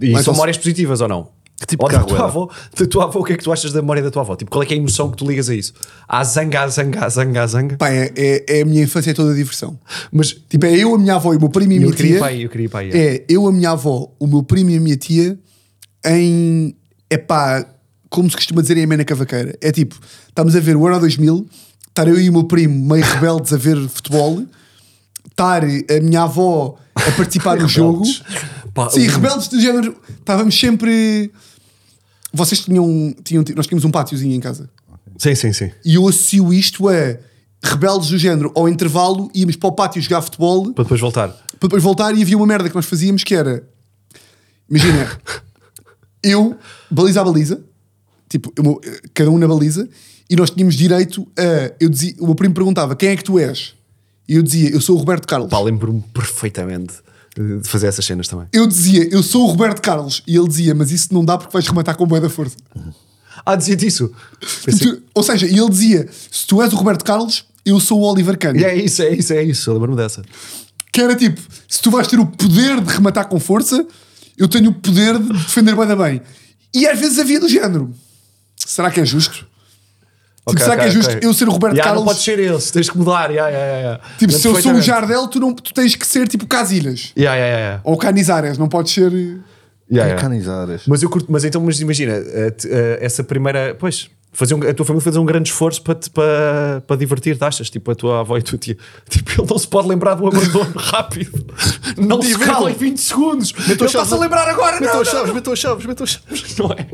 E
Mas você-
são memórias positivas ou não? Que
tipo
ou
de
da
carro
tua
era?
avó, da tua avó, o que é que tu achas da memória da tua avó? Tipo, qual é que é a emoção que tu ligas a isso? À zanga, à zanga, à zanga, à zanga.
Pá, é, é- é a minha infância toda a diversão.
Mas
Tipo, é eu, a minha avó e o meu primo e a
eu
minha
queria ir
tia.
para aí, eu queria ir para aí. é.
É eu, a minha avó, o meu primo e a minha tia em. É pá, como se costuma dizer em Amena Cavaqueira. É tipo, estamos a ver o Euro 2000, estar eu e o meu primo meio rebeldes a ver futebol, estar a minha avó a participar do jogo.
Pá,
Sim,
o-
rebeldes do género. Estávamos sempre. Vocês tinham, tinham. Nós tínhamos um pátiozinho em casa.
Sim, sim, sim.
E eu associo isto a rebeldes do género. Ao intervalo, íamos para o pátio jogar futebol
Para depois voltar.
para depois voltar e havia uma merda que nós fazíamos que era imagina eu baliza a baliza tipo eu- cada um na baliza e nós tínhamos direito a eu dizia o meu primo perguntava quem é que tu és e eu dizia eu sou o Roberto Carlos
Pá, lembro-me perfeitamente eh, de fazer essas cenas também.
eu dizia eu sou o Roberto Carlos e ele dizia mas isso não dá porque vais rematar com o da força
Ah, dizia-te isso. Pensei-
Tu- ou seja e ele dizia se tu és o Roberto Carlos eu sou o Oliver Kahn
E é isso, é isso, é isso. Eu Lembro-me dessa.
que era tipo, se tu vais ter o poder de rematar com força, eu tenho o poder de defender bem da bem. E às vezes havia do género. Será que é justo?
Ok,
tipo, será
ok,
que é justo
ok.
eu ser o Roberto
Ya,
Carlos?
não pode ser esse, tens que mudar. ya, ya, ya, ya.
Tipo, se eu sou o
Perfeitamente.
Jardel, tu, não, tu tens que ser tipo Casilhas.
Ya, ya, ya, ya.
Ou Canizares, não podes ser. eh,
Ya, ya.
Canizares.
Mas eu curto, mas então mas imagina, eh, te- eh, essa primeira. Pois, fazer um- a tua família fazer um grande esforço para, te- para, para divertir, achas? Tipo, a tua avó e a tua tia. Tipo, ele não se pode lembrar do abandono rápido. Não se
Divertam.
cala em 20 segundos. Ele
chaves
está-se a
no-
lembrar agora, não,
Metam
não,
as chaves,
não.
metam as chaves, metam as chaves.
Não é?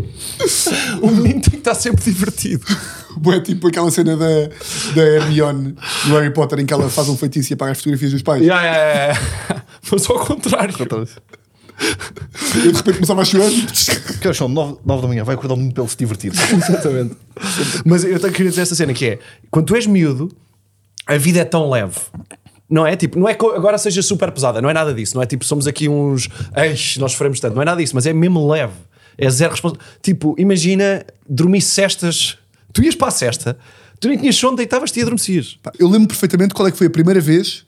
O menino tem que estar sempre divertido.
É tipo aquela cena da, da Hermione no Harry Potter em que ela faz um feitiço e apaga as fotografias dos pais.
Ya, ya, ya, ya. Mas ao contrário.
Então, Eu de repente começava a chorar.
Que é horas são? 9 da manhã. Vai acordar o menino pelo se divertir.
Exatamente. Mas eu tenho que querer dizer esta cena que é: quando tu és miúdo, a vida é tão leve. Não é? Tipo, não é que agora seja super pesada, não é nada disso. Não é tipo, somos aqui uns. Eish, nós sofremos tanto. Não é nada disso, mas é mesmo leve. É zero responsabilidade. Tipo, imagina dormir cestas. Tu ias para a cesta, tu nem tinhas sono, deitavas-te e adormecias.
Pá, Eu lembro perfeitamente qual é que foi a primeira vez.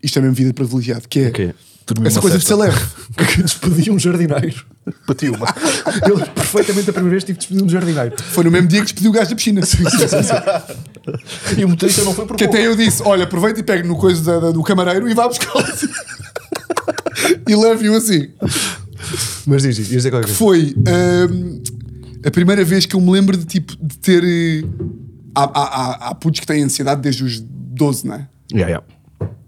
Isto é mesmo vida de privilegiado, que é
Ok.
Dormir
essa
uma
coisa de ser
cesta.
leve.
Que despediam um jardineiro.
Bati uma.
Eu lembro perfeitamente a primeira vez que tive de despedir um jardineiro.
Foi no mesmo dia que despediu o gajo da piscina.
E o motorista não foi por
que
pouco.
até eu disse: olha, aproveita e pega no coisa da- da- do camareiro e vá buscar E leve-o assim.
Mas diz, diz, diz qualquer coisa.
Foi ahm, a primeira vez que eu me lembro de tipo de ter. eh, Há, há, há, há putos que têm ansiedade desde os 12, não é?
Yeah, yeah.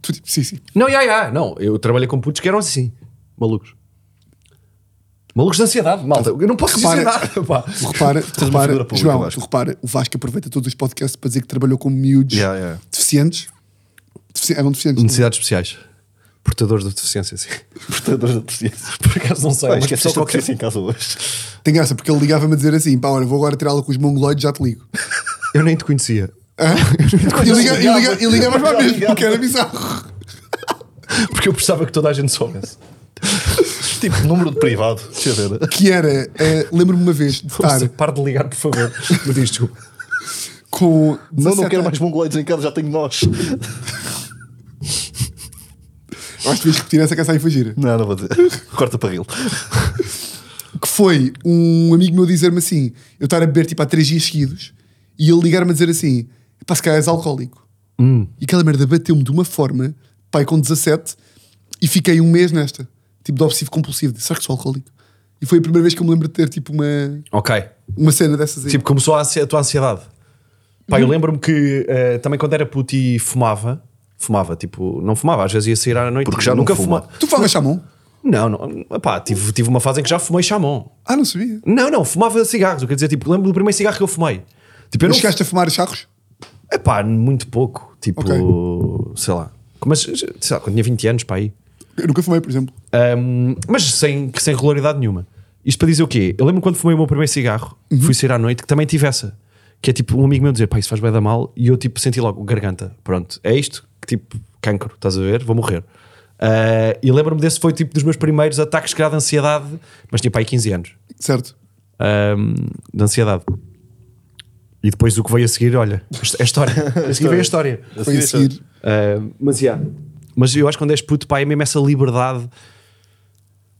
Tu tipo, sim, sim.
Não, já, já, não. Eu trabalhei com putos que eram assim, malucos. Malucos de ansiedade, malta. Eu não posso
Repara-
dizer nada, pá.
Tu repara, tu
uma
repara
figura pública,
João,
Vasco.
tu repara, o Vasco aproveita todos os podcasts para dizer que trabalhou com miúdos
Yeah, Um yeah.
deficientes. Defici eram deficientes. não é?
Necessidades especiais. Portadores de deficiência, sim.
Portadores da deficiência.
Por acaso não sei,
é Pá,
mas
esqueceste
pessoa
a
qualquer.
deficiência em casa hoje.
Tem graça, porque ele ligava-me a dizer assim: pá, olha, vou agora tirá-la com os mongoloides, já te ligo. Ah?
Eu nem te conhecia.
E liga- e liga- e ligava para mim, porque era bizarro.
Porque eu precisava que toda a gente soubesse.
Tipo, número de privado. Deixa eu ver.
Que era, eh, lembro-me uma vez de estar
Claro. Pare de ligar, por favor. Me diz desculpa.
com.
Não, não
17
quero
anos.
mais mongoloides em casa, já tenho nós.
Eu Acho que devias repetir essa que essa aí foi gira.
Não, não vou dizer. Corta para ele.
Que foi um amigo meu dizer-me assim: eu estar a beber tipo há 3 dias seguidos e ele ligar-me a dizer assim: pá, se calhar és alcoólico.
Hum.
E aquela merda bateu-me de uma forma, pai, com 17 e fiquei um mês nesta, tipo de obsessivo compulsivo. Disse, Será que sou alcoólico? E foi a primeira vez que eu me lembro de ter tipo uma,
Ok.
uma cena dessas aí.
Tipo, começou a, ansi- a tua ansiedade. Pá, eu lembro-me que eh, também quando era puto e fumava, fumava, tipo, não fumava, às vezes ia sair à noite.
Porque já não
nunca
fuma.
fumava.
tu falas chamon?
Não, não, pá, tive, tive uma fase em que já fumei chamon.
Ah, não sabia.
Não, não, fumava cigarros. Eu quero dizer, tipo, lembro do primeiro cigarro que eu fumei. Tipo, eu
Mas
não.
chegaste a fumar charros?
Epá, muito pouco. Tipo, sei lá. Mas, sei lá, quando tinha 20 anos, pá, aí.
Eu nunca fumei, por exemplo.
Ahm, mas sem, sem regularidade nenhuma. Isto para dizer o quê? Eu lembro quando fumei o meu primeiro cigarro, fui sair à noite, que também tive essa. Que é tipo um amigo meu dizer, pá, isso faz bem da mal. E eu tipo senti logo, garganta, pronto, é isto, que tipo, cancro, estás a ver? Vou morrer. Ah, e lembro-me desse foi tipo dos meus primeiros ataques se calhar, de ansiedade, mas tinha pá aí 15 anos.
Certo.
Ahm, de ansiedade. E depois o que veio a seguir, olha, é história. A seguir veio a história.
Foi a seguir.
Ah, mas, yeah. mas eu acho que quando és puto, pá, é mesmo essa liberdade.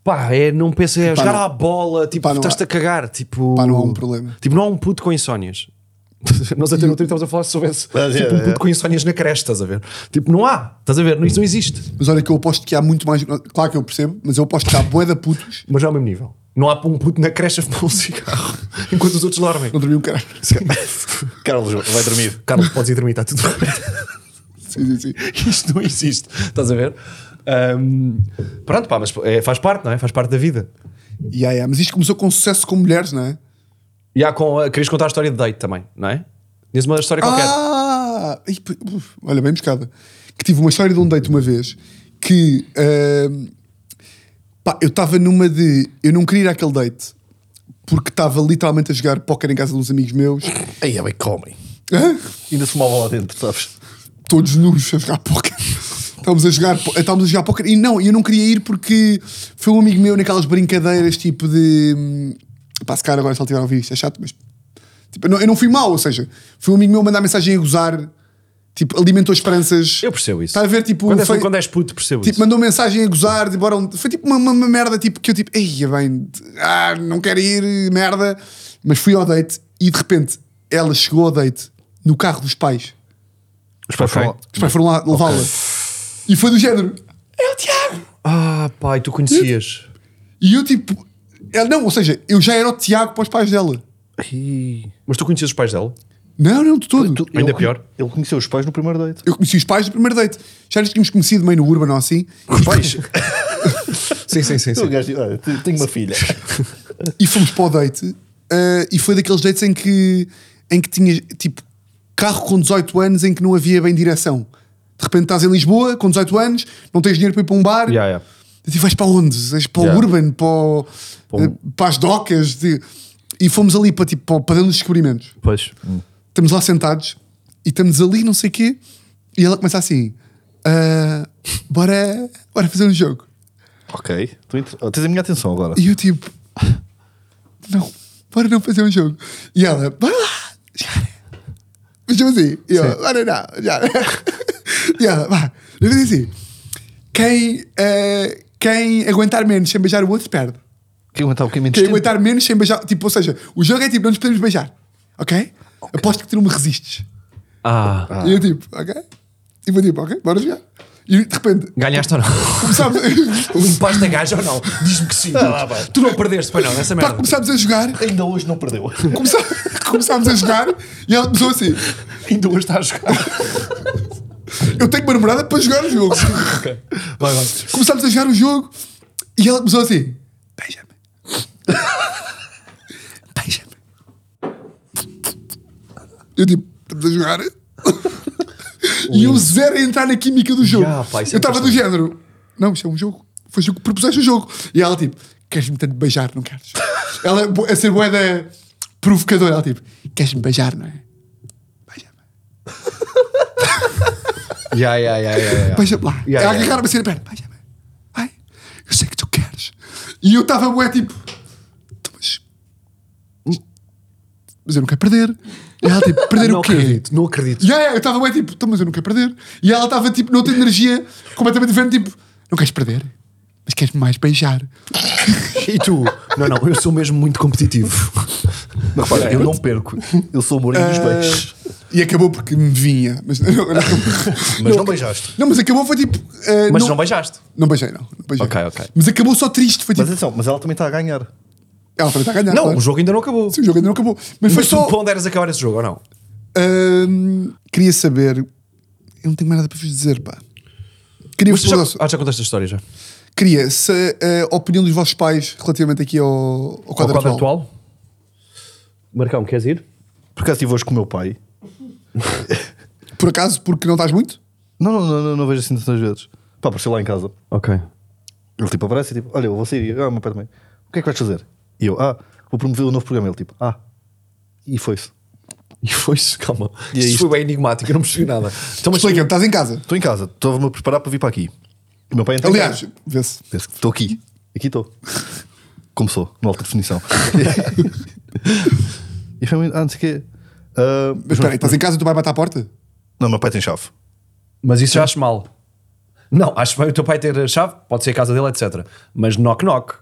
Pá, é, não pensa, é
Pá,
jogar
não-
à bola, tipo,
pá, não há-
estás-te a cagar. Tipo,
Pá, não há um problema.
Tipo, não há um puto com insónias. Nós até no outro dia estávamos a falar se soubesse
Mas,
tipo,
yeah,
um puto
yeah.
com insónias na creche, estás a ver? Tipo, não há, estás a ver? Isto não existe.
Mas olha que eu aposto que há muito mais. Claro que eu percebo, mas eu aposto que há bué da putos.
Mas já ao mesmo nível. Não há um puto na creche a fumar um cigarro enquanto os outros dormem.
Não dormi um caralho.
Carlos, vai dormir.
Carlos, podes ir dormir, está tudo bem.
Sim, sim, sim.
Isto não existe, estás a ver? Ahm, pronto, pá, mas é, faz parte, não é? Faz parte da vida.
Yeah, yeah. Mas isto começou com sucesso com mulheres, não é?
E há com. a- Querias contar a história de date também, não é? Diz uma história qualquer.
Ah! Ih, p- uf, olha, bem buscada. Que tive uma história de um date uma vez que ahm, pá, eu estava numa de. Eu não queria ir àquele date porque estava literalmente a jogar póquer em casa de uns amigos meus,
Aí é bem, comem. Ainda se movam lá dentro, sabes?
todos nus a jogar póquer. Estávamos a jogar, pó- estávamos a jogar póquer e não, eu não queria ir porque foi um amigo meu naquelas brincadeiras tipo de. hum, Pá, se calhar agora se ele tiver a ouvir isto é chato, mas. Tipo, eu, não, eu não fui mal, ou seja, foi um amigo meu mandar mensagem a gozar, tipo, alimentou esperanças.
Eu percebo isso.
Está a ver, tipo,
quando, és,
foi-
quando és puto, percebo
Tipo,
isso.
mandou mensagem a gozar, de bora onde- foi tipo uma, uma- uma merda tipo, que eu tipo, ei, bem, ah, não quero ir, merda. Mas fui ao date e de repente ela chegou ao date no carro dos pais.
Os pais
Ok.
falam.
Os pais foram lá levá-la. E foi do género, é o Tiago.
Ah, pai, tu conhecias.
E eu tipo, ela- não, ou seja, eu já era o Tiago para os pais dela.
Mas tu conhecias os pais dela?
Não, não, de todo.
Tu-
Ainda
ele-
pior.
Ele conheceu os pais no primeiro date.
Eu conheci os pais do primeiro date. Já nos tínhamos conhecido meio no Urban ou assim. Os pais?
Sim, sim, sim.
O gajo diz, "Olha, te- tenho uma filha.
E fomos para o date. eh, e foi daqueles dates em que, em que tinhas, tipo, carro com 18 anos em que não havia bem direção. De repente estás em Lisboa, com 18 anos, não tens dinheiro para ir para um bar.
Yeah, yeah.
E tu vais para onde? Vais para
Yeah.
o Urban, para, o-
um-
eh, para as docas. de- E fomos ali para, tipo, para, o- para dentro dos descobrimentos.
Pois.
Estamos lá sentados e estamos ali, não sei o quê. E ela começa assim: ah, bora, bora fazer um jogo.
ok. Tu inter- oh, Tens a minha atenção agora.
E eu tipo, não, bora não fazer um jogo. E ela, bora lá, mas eu assim, e eu, bora não, já. E ela, vá, eu fiz assim, quem, eh, quem aguentar menos sem beijar o outro perde.
Quem aguentar o que menos
Quem
tempo?
aguentar menos sem beijar, tipo, ou seja, o jogo é tipo, não nos podemos beijar, ok? Aposto que tu não me resistes.
Ah.
E eu tipo, ok? E vou tipo, ok, bora jogar. E de repente,
Ganhaste ou não?
começámos,
Limpaste a gaja ou não? Diz-me que sim. tu não perdeste, pois não, nessa
pá,
merda.
começámos a jogar,
Ainda hoje não perdeu.
começá- começámos a jogar e ela começou assim...
Ainda hoje está a jogar.
Eu tenho uma namorada para jogar o jogo.
Vai, vai.
Começámos a jogar o jogo e ela começou assim: beija-me. beija-me. Eu tipo, estamos a jogar. e eu zero a entrar na química do jogo.
Ya, pá, isso é
eu estava do género: não, isto é um jogo. Foi o que propuseste o jogo. E ela tipo: queres-me tanto beijar, não queres? ela é bo- a ser boeda provocadora. Ela tipo: queres-me beijar, não é? Beija-me.
Ya, ya, ya, ya, ya.
Beija-me lá.
Ya,
Ela
ya,
agarrava-me assim na perna. Beija-me. Vai. Eu sei que tu queres. E eu estava bué tipo... "Tu, Mas... hum, mas eu não quero perder. E ela tipo... Perder
Não
o quê?
acredito, não acredito.
E aí eu estava bué tipo... "Tu, Mas eu não quero perder. E ela estava tipo... Noutra energia completamente diferente. Tipo... Não queres perder? Mas queres mais beijar?
E tu? Não, não, eu sou mesmo muito competitivo.
Mas repara, eu Ah. não perco. Eu sou o Mourinho dos beijos.
E acabou porque me vinha. Mas não, não,
Mas não beijaste.
não, mas acabou foi tipo... eh,
Mas não beijaste.
Não beijei, não. não beijei.
Ok, ok.
Mas acabou só triste. Foi
Mas
tipo...
atenção, mas ela também está a ganhar.
Ela também está a ganhar.
Não,
claro.
o jogo ainda não acabou.
Sim, o jogo ainda não acabou. Mas foi
Mas tu
só...
para onde eras acabar esse jogo ou não?
Ahm, queria saber. Eu não tenho mais nada para vos dizer, pá. Queria,
Mas tu já,
vos perguntar-
ah, já contaste a história já.
queria se a opinião dos vossos pais relativamente aqui ao, ao
Qual
quadro atual.
Marcão, queres ir?
Por acaso estive assim, hoje com o meu pai.
Por acaso, porque não estás muito?
Não, não, não, não, não vejo assim tantas vezes. Pá, apareceu lá em casa.
Ok.
Ele tipo aparece e tipo, olha, eu vou sair. E eu, ah, meu pai também. O que é que vais fazer? E eu, ah, vou promover o novo programa. Ele tipo, ah. E foi-se.
E foi-se, calma.
E é
Isto
isto.
foi bem enigmático, eu não percebi nada. Então, mas
Explica-me, estás em casa.
Estou em casa, estou-me a preparar para vir para aqui. O meu pai entra em
Aliás,
casa.
vê-se.
Disse, estou aqui. Aqui estou. Começou, na alta definição. e foi muito, ah, não sei o quê. Ah,
Mas espera aí, estás em casa e tu vai bater à porta?
Não, meu pai tem chave.
Mas isso já acho mal. Não, acho bem o teu pai ter a chave, pode ser a casa dele, etc. Mas knock knock.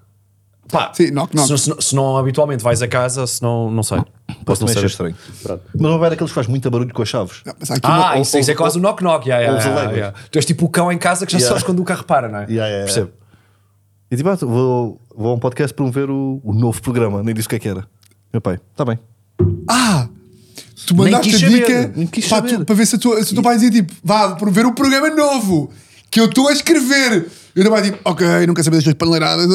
Pá,
Sim, knock, knock.
Se, se- se não habitualmente vais a casa, se não, não sei.
Posso
não
também achar
ser.
estranho. Mas o meu pai é daqueles que faz muito barulho com as chaves.
Não, mas há aqui
Ah,
uma-
isso, isso é quase o knock knock. Yeah, yeah,
ouves a
yeah,
lei,
yeah. Tu és tipo o cão em casa que já
Yeah.
sabes quando o carro para, não é?
Yeah, yeah, yeah.
Percebo.
ah, E tipo, ah, vou, vou a um podcast promover o, o novo programa. Nem disse o que é que era. Meu pai, está bem.
Ah! Tu
Nem
mandaste a
quis saber,
dica
nem quis
pá,
saber.
tu- para ver se, a tua, se o teu pai dizia tipo, vá, vou promover um programa novo que eu estou a escrever. E o teu pai tipo, ok, nunca sabia das tuas paneleiradas.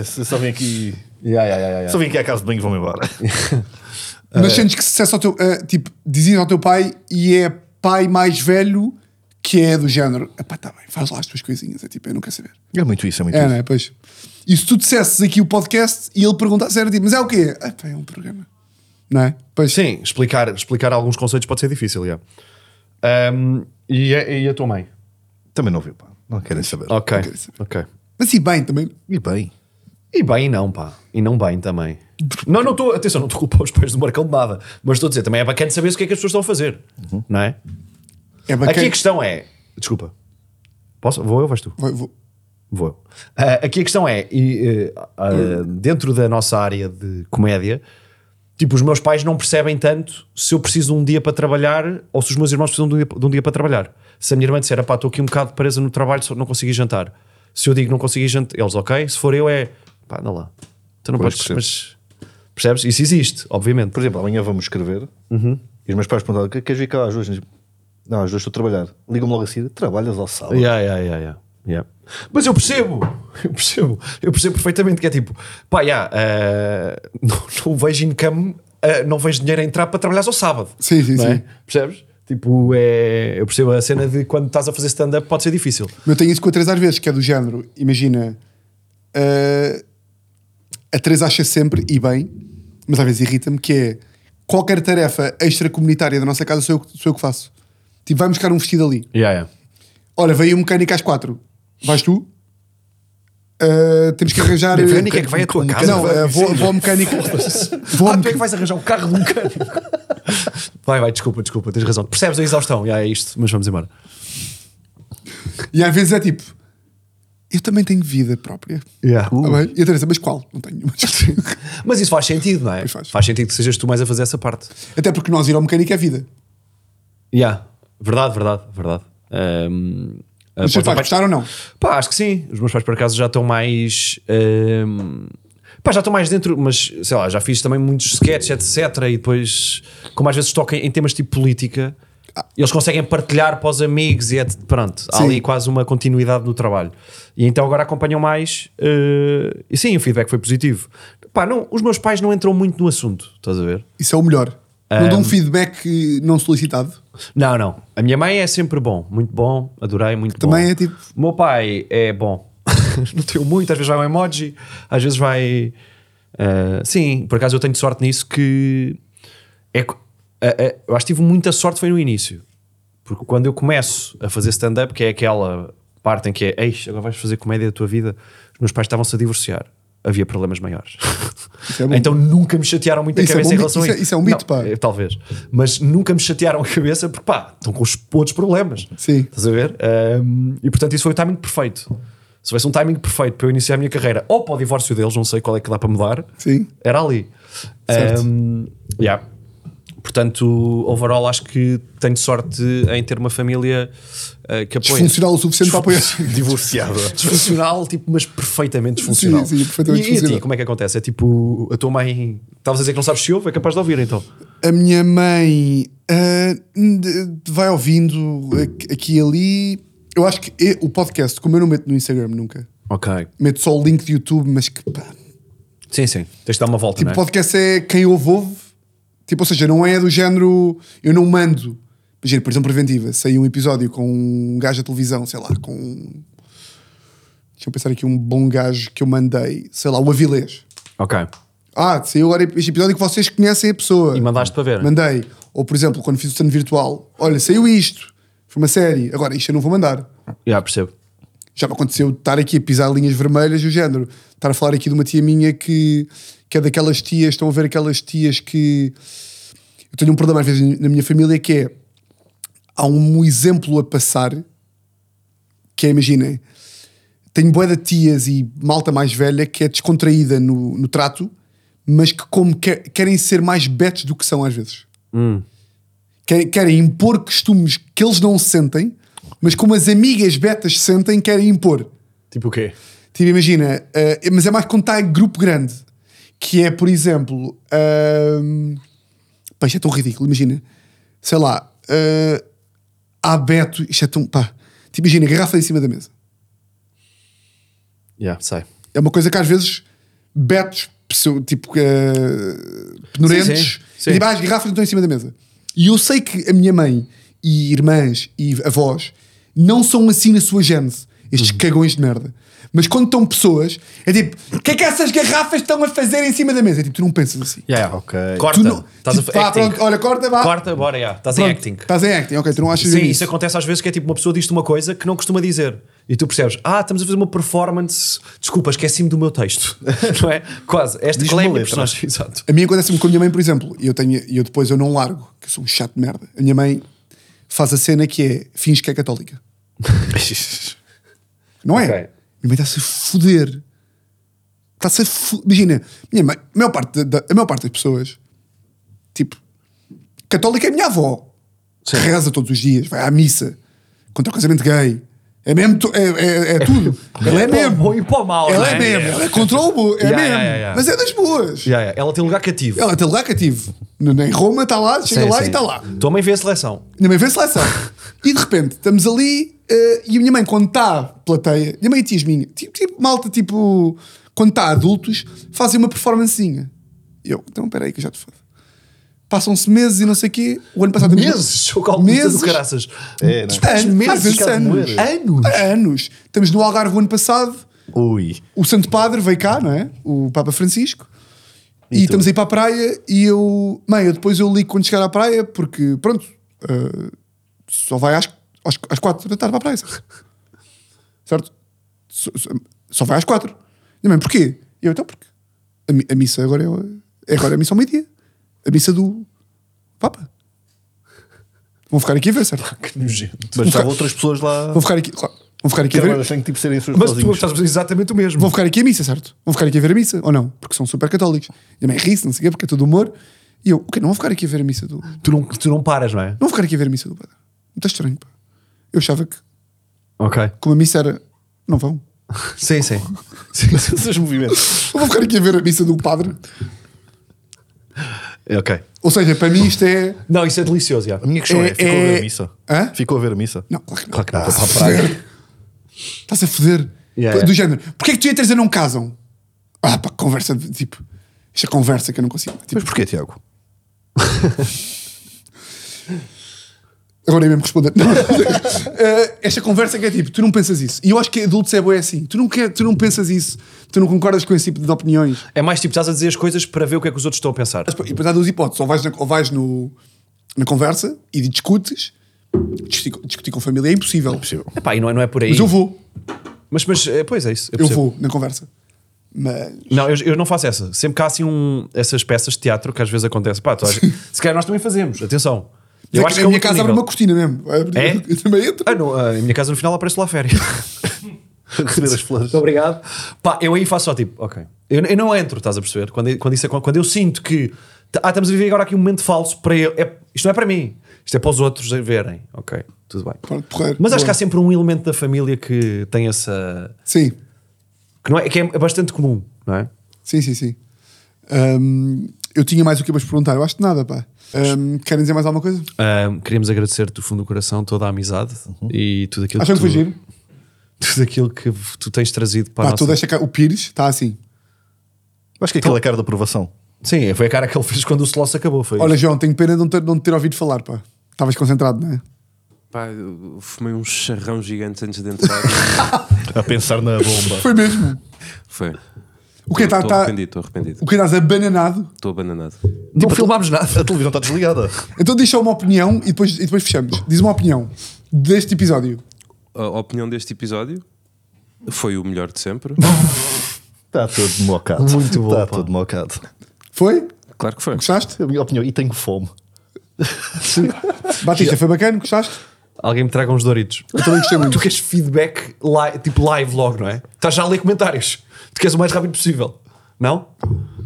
Eh, Só vim aqui.
Yeah, yeah, yeah, yeah.
Só vim aqui à casa de banho e vou-me embora.
Eh,
Mas sentes que se ao teu, ah, tipo, dizias ao teu pai e é pai mais velho que é do género, pá, tá bem, faz lá as tuas coisinhas. É tipo, eu não quero saber.
É muito isso, é muito
É,
isso.
não é? Pois. E se tu dissesses aqui o podcast e ele perguntasse, era tipo, mas é o quê? Ah, pá, é um programa. Não é? Pois.
Sim, explicar, explicar alguns conceitos pode ser difícil, yeah. Ahm, e, a, e a tua mãe?
Também não viu, pá. Não querem saber.
Ok,
quero saber.
ok.
Mas sim, bem também. é
E bem.
E bem não, pá. E não bem também. Não, não estou, atenção, não estou a culpar os pais do Marcão de nada, mas estou a dizer, também é bacana saber o que é que as pessoas estão a fazer, não é?
É bacana.
Aqui a questão é, desculpa, posso? Vou eu ou vais tu?
Vou- vou-
Vou eu. Ah, aqui a questão é, e, eh, ah, dentro da nossa área de comédia, tipo, os meus pais não percebem tanto se eu preciso de um dia para trabalhar ou se os meus irmãos precisam de um dia, de um dia para trabalhar. Se a minha irmã disser, pá, estou aqui um bocado presa no trabalho, só não consegui jantar. Se eu digo não consegui jantar, eles, ok. Se for eu, é pá, anda lá. Tu não
Pois,
podes, mas percebes? Isso existe, obviamente.
Por exemplo, amanhã vamos escrever e os meus pais perguntaram: "Que- queres vir cá às duas? Eu digo, Não, às duas estou a trabalhar. Ligam-me logo assim: trabalhas ao sábado.
Yeah, yeah, yeah, yeah. Yeah. Mas eu percebo, eu percebo, eu percebo perfeitamente que é tipo, pá, yeah, eh, não, não vejo income, eh, não vejo dinheiro a entrar para trabalhar ao sábado.
Sim, sim,
não é?
sim.
Percebes? Tipo, é, eu percebo a cena de quando estás a fazer stand-up pode ser difícil.
Eu tenho isso com a Teresa às vezes, que é do género, imagina, ah, a Teresa acha sempre, e bem, mas às vezes irrita-me, que é qualquer tarefa extracomunitária da nossa casa sou eu, que- sou eu que faço. Tipo, vai buscar um vestido ali.
Yeah,
Olha, veio um mecânico às quatro. Vais tu? Ah, temos que arranjar.
O mecânico é que vai à tua casa?
Não, ah, vou, vou ao mecânico. Vou ao
ah, tu é que
mecânico.
vais arranjar o carro de um mecânico. vai, vai, desculpa, desculpa, tens razão. Percebes a exaustão, yeah, é isto, mas vamos embora.
E às vezes é tipo, eu também tenho vida própria.
Yeah.
Tá bem? E a Teresa, mas qual? Não tenho.
Mas isso faz sentido, não é?
Pois faz.
sentido que sejas tu mais a fazer essa parte.
Até porque nós ir ao mecânico é vida.
Yeah. Verdade, verdade, verdade. Ahm, ah,
Mas
pá,
se vai
pá,
gostar ou não?
Pá, acho que sim. Os meus pais, por acaso, já estão mais. ahm, pá, já estão mais dentro, mas sei lá, já fiz também muitos sketches, etc. E depois, como às vezes toca em temas tipo política, eles conseguem partilhar para os amigos e é, pronto. Há
Ah. Sim.
ali quase uma continuidade no trabalho. E então agora acompanham mais. eh, e sim, o feedback foi positivo. Pá, não, os meus pais não entram muito no assunto, estás a ver?
Isso é o melhor. Não dão um feedback eh, não solicitado.
Não, não. A minha mãe é sempre bom, muito bom, adorei, muito
Também
bom.
é tipo-
O meu pai é bom. Não tenho muito, às vezes vai um emoji, às vezes vai. ah, sim, por acaso eu tenho sorte nisso que. É, co- a- a- eu acho que tive muita sorte foi no início. Porque quando eu começo a fazer stand-up, que é aquela parte em que é eis, agora vais fazer comédia da tua vida, os meus pais estavam-se a divorciar. Havia problemas maiores.
é bom.
então nunca me chatearam muito a
Isso é
cabeça
bom
em
mito,
relação
isso
a
é- isso é um mito,
Não,
pá.
eh, talvez. Mas nunca me chatearam a cabeça porque, pá, estão com os outros problemas.
Sim.
Estás a ver? Ahm, e portanto, isso foi o timing perfeito. Se fosse um timing perfeito para eu iniciar a minha carreira ou para o divórcio deles, não sei qual é que dá para mudar,
Sim.
era ali.
Certo.
Ahm, yeah. Portanto, overall, acho que tenho sorte em ter uma família eh, que apoia.
Funcional o suficiente para apoiar.
Divorciada.
Disfuncional, tipo, mas perfeitamente disfuncional.
sim, perfeitamente
e, e a ti,
disfuncional.
como é que acontece? É tipo, a tua mãe. Estavas a dizer que não sabes se ouve, é capaz de ouvir então.
A minha mãe ah, de- vai ouvindo aqui- aqui e ali. Eu acho que eh, o podcast, como eu não meto no Instagram nunca,
Ok.
meto só o link do YouTube, mas que pá,
Sim, sim. Tens de dar uma volta,
Tipo,
não é?
podcast é quem ouve, ouve. Tipo, ou seja, não é do género. Eu não mando. Imagina, por exemplo, preventiva. Saiu um episódio com um gajo da televisão, sei lá, com. um- Deixa eu pensar aqui, um bom gajo que eu mandei, sei lá, o Avilés.
Ok.
Ah, saiu agora este episódio que vocês conhecem a pessoa.
E mandaste para ver.
Mandei. Ou, por exemplo, quando fiz o stand virtual, olha, saiu isto. Foi uma série. Agora, isto eu não vou mandar.
Já percebo.
Já me aconteceu estar aqui a pisar linhas vermelhas do género. Estar a falar aqui de uma tia minha que, que é daquelas tias, estão a ver aquelas tias que. eu tenho um problema às vezes na minha família que é há um exemplo a passar que é, imaginem, tenho bué de tias e malta mais velha que é descontraída no, no trato, mas que como quer- querem ser mais betes do que são às vezes. Querem, querem impor costumes que eles não sentem, mas como as amigas betas sentem, querem impor.
Tipo o quê?
Tipo, imagina, eh, mas é mais quando está em grupo grande, que é, por exemplo, ahm, pá, isto é tão ridículo, imagina, sei lá, eh, há Beto, isto é tão, pá, tipo, imagina, garrafa em cima da mesa.
Yeah, sei.
É uma coisa que às vezes betos, pessoa- tipo, eh,
Sim,
penurentos,
sim, sim.
e tipo, ah, as garrafas não estão em cima da mesa. E eu sei que a minha mãe e irmãs e avós não são assim na sua gênese, estes
Uhum.
cagões de merda. Mas quando estão pessoas, é tipo, o que é que essas garrafas estão a fazer em cima da mesa? É tipo, tu não pensas assim.
Yeah, yeah.
Ok.
Corta.
Tu não,
Estás a
tipo,
fa-
vá,
acting.
pronto, olha, corta, vá.
Corta, bora, yeah. Estás em
Pronto, tá,
acting.
Estás em acting, ok, tu não achas
Sim,
bem
isso acontece às vezes que é tipo uma pessoa diz-te uma coisa que não costuma dizer. E tu percebes, ah, estamos a fazer uma performance. Desculpa, esqueci-me do meu texto. não é? Quase. Esta
Diz-me
qual é a
uma
minha
letra.
personagem? Exato.
A mim acontece-me com a minha mãe, por exemplo, e eu, tenho, e eu depois eu não largo, que eu sou um chato de merda. A minha mãe faz a cena que é finge que é católica. não é?
Ok.
Minha mãe está-se a foder. Está-se a foder. Imagina, minha mãe, a, maior parte da- a maior parte das pessoas, tipo, católica é a minha avó. Reza todos os dias, vai à missa, contra o casamento gay. É mesmo, to- é, é- é tudo. Ela é
Pô, bom
mesmo.
e pô, mal.
Ela
não
é mesmo, ela é contra o bo- é
Yeah,
mesmo.
yeah, yeah.
Mas é das boas.
Yeah, yeah. Ela tem um lugar cativo.
Ela um tem lugar cativo. No- Em Roma está lá, chega
Sim,
lá
sim.
e está tá lá.
Tua mãe vê a seleção.
Minha mãe vê seleção. e de repente estamos ali eh, e a minha mãe, quando está plateia, minha mãe e tias minha, tipo, tipo, malta, tipo, quando está adultos, fazem uma performancezinha. E Eu, então peraí que eu já te fodo. Passam-se meses e não sei o quê. O ano passado. um-
Meses, o calculista
Meses.
do caraças.
É, né?
Anos,
meses
meses,
fica a
anos.
doer.
Anos. Anos. Estamos no Algarve o ano passado.
Ui.
o Santo Padre veio cá, não é? O Papa Francisco. E,
tu?
estamos aí para a praia e eu... Mãe, eu depois eu ligo quando chegar à praia porque, pronto, ah, só vai às, às, às quatro da tarde para a praia. sabe? Certo? Só, só- só vai às quatro. E a mãe, porquê? E eu, então, porque a, mi- a missa agora é, é agora a missa ao meio-dia. A missa do Papa. Vão ficar aqui a ver, certo?
Mas estavam outras pessoas lá.
Vão ficar aqui, claro, vão ficar aqui
Que
a ver.
agora têm que tipo, serem seus
Mas tu
sozinhos.
estás a fazer exatamente o mesmo.
vão ficar aqui à missa, certo? Vão ficar aqui a ver a missa, ou não? Porque são super católicos. Minha mãe ri-se, não sei o quê, porque é tudo humor. E eu, o quê? Não vão ficar aqui a ver a missa do... Não
Tu não, tu não paras, não é?
vão ficar aqui a ver a missa do padre. Muito estranho, pá. Eu achava que,
Ok.
como a missa era... Não vão.
Sim, sim.
Esses movimentos.
Não vão ficar aqui a ver a missa do padre.
É, ok.
Ou seja, para mim isto é...
Não, isso é delicioso, já.
A minha questão é,
É-
ficou a ver
é-
a missa?
Hã?
Ficou a ver a missa?
Não, claro que não. tá
Claro
Ah.
que não.
Estás a foder. Estás a foder.
Yeah,
Do
yeah.
género. Porquê é que tu e a Teresa não casam? Ah, pá, conversa de... Tipo... Isto é conversa que eu não consigo. Tipo,
Mas porquê, Tiago?
Agora é mesmo responder. Não. Eh, esta conversa que é tipo, tu não pensas isso. E eu acho que adultos é boa assim. Tu não, quer, tu não pensas isso. Tu não concordas com esse tipo de opiniões.
É mais tipo, estás a dizer as coisas para ver o que é que os outros estão a pensar.
E depois há duas hipóteses. Ou vais na, ou vais no, na conversa e discutes. Discutir, com- discutir com família é impossível.
Epá, e não é, não é por aí.
Mas eu vou.
Mas, mas, eh, pois é isso.
Eu
percebo.
vou na conversa. Mas...
Não, eu, eu não faço essa. Sempre que há assim um, essas peças de teatro que às vezes acontece. Pá, tu, às- se calhar nós também fazemos, atenção. Eu
é
acho
que
que
a
é
minha
outro
casa abre
nível.
uma cortina mesmo. Abre-
É?
Eu também entro.
Ah, não, ah, a minha casa no final aparece lá a férias.
Receber as flores.
obrigado. Pá, eu aí faço só tipo, ok. Eu, eu não entro, estás a perceber? Quando, quando, isso é- quando eu sinto que t- ah, estamos a viver agora aqui um momento falso para eu. é- isto não é para mim. Isto é para os outros a verem. Ok, tudo bem.
Pronto, porreiro.
Mas acho que
Boa.
há sempre um elemento da família que tem essa.
Sim.
que, não é, que é bastante comum, não é?
Sim, sim, sim. Ahm, eu tinha mais o que eu vos perguntar. Eu acho que nada, pá. Ahm, querem dizer mais alguma coisa?
Ahm, queríamos agradecer-te do fundo do coração toda a amizade e tudo aquilo
Acham
que
que Uhum. Ah, foi
tu,
giro?
tudo aquilo que v- tu tens trazido para a
Pá,
nossa...
toda esta ca- O Pires está assim.
Acho que aquela cara de aprovação.
Sim, foi a cara que ele fez quando o Sloss acabou, foi
é- Olha, João, tenho pena de não ter, não te ter ouvido falar, pá. Estavas concentrado, não é?
Pá, eu fumei um charrão gigante antes de entrar.
A pensar na bomba.
Foi mesmo.
Foi.
O que tá,
Estou
tá,
arrependido, estou arrependido.
o que estás abananado?
Estou abandonado.
não
tipo,
filmámos nada.
A televisão está desligada.
Então deixa uma opinião e depois, e depois fechamos. Diz uma opinião deste episódio.
A opinião deste episódio foi o melhor de sempre.
Está tudo mocado.
Muito bom,
Está
pá.
tudo mocado.
Foi?
Claro que foi.
Gostaste?
É a minha opinião. E tenho fome.
Batista, foi bacana? Gostaste?
Alguém me traga uns Doritos.
Eu também gostei muito.
Tu queres feedback li- tipo live logo, não é? Estás já a ler comentários. Tu queres o mais rápido possível. Não?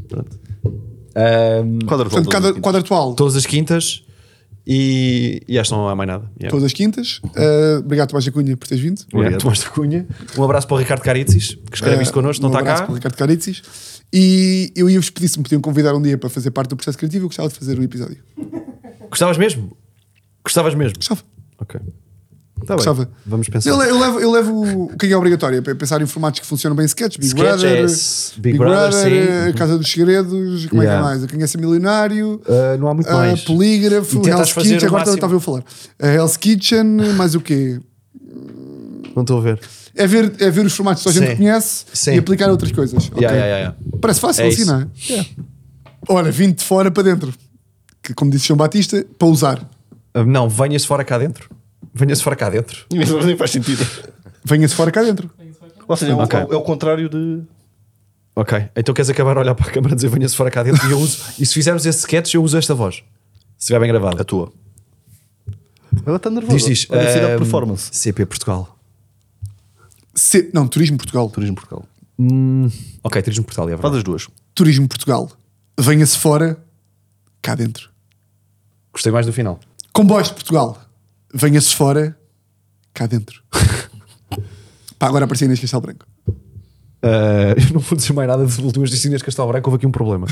Pronto. Ahm,
Quadra
Portanto, cada, quadro atual,
todas as quintas e, e acho que não há mais nada. Yeah.
todas as quintas. Uh, obrigado, Tomás da Cunha, por teres vindo.
Yeah. Uhum. Tomás da Cunha. Um abraço para o Ricardo Caritzis, que escreve isto connosco, não
um
está
abraço
cá.
para o Ricardo Caritzis. E eu ia-vos pedir se me podiam convidar um dia para fazer parte do processo criativo. Eu gostava de fazer um episódio.
Gostavas mesmo? Gostavas mesmo?
Gostava.
Ok. Tá bem.
gostava.
Vamos pensar.
Eu, le- eu levo, eu levo o que é obrigatório. É pensar em formatos que funcionam bem sketch. Big
Sketch
Brother.
é esse. Big Brother, sim.
eh, Casa dos Segredos. Como
Yeah.
é que é mais? Quem é ser milionário.
Ah, não há muito
ah,
mais. E
Polígrafo.
tentas
Hell's
fazer
Kitchen.
o
Agora
máximo.
estava eu a falar. Ah, Hell's Kitchen. Mais o quê?
Não estou a ver.
É ver, é ver os formatos que só a gente
Sim.
conhece
Sim.
e aplicar outras coisas. Ok.
Yeah, yeah, yeah, yeah.
Parece fácil
É
assim,
isso.
não é? Ora, vim de fora para dentro. Que, como disse João Batista, para usar.
Ah, Não, venha-se fora cá dentro. Venha-se fora cá dentro.
Mas nem faz sentido.
Venha-se fora cá dentro.
Ou seja, é o-
Ok.
é, o, é o contrário de.
Ok. Então queres acabar a olhar para a câmara e dizer venha-se fora cá dentro e eu uso. E se fizermos esse sketch, eu uso esta voz. Se estiver bem gravada.
A tua. Ela está nervosa.
Diz, diz. Ehm,
Vai ser a
ahm,
performance.
CP Portugal.
Se- não, Turismo Portugal.
Turismo Portugal.
Ok, Turismo Portugal, é
Faz
verdade.
as duas.
Turismo Portugal. Venha-se fora cá dentro.
Gostei mais do final.
Comboios de Portugal. Venha-se fora cá dentro. Pá, agora apareci neste Castelo Branco.
Ah, eu não vou dizer mais nada das últimas de Inês Castelo Branco, houve aqui um problema.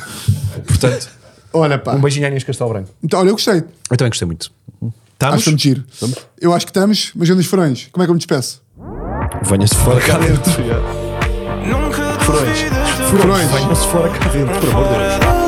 Portanto,
Olha, pá.
um beijinho à Inês Castelo Branco.
Então, olha, eu gostei.
Eu também gostei muito. Estamos?
Acho que estamos giro. Eu acho que estamos, mas eu nos furões. Como é que eu me despeço?
Venha-se fora cá dentro.
Nunca duvides do que
Furões.
Venha-se fora cá dentro.
fora da
Um Um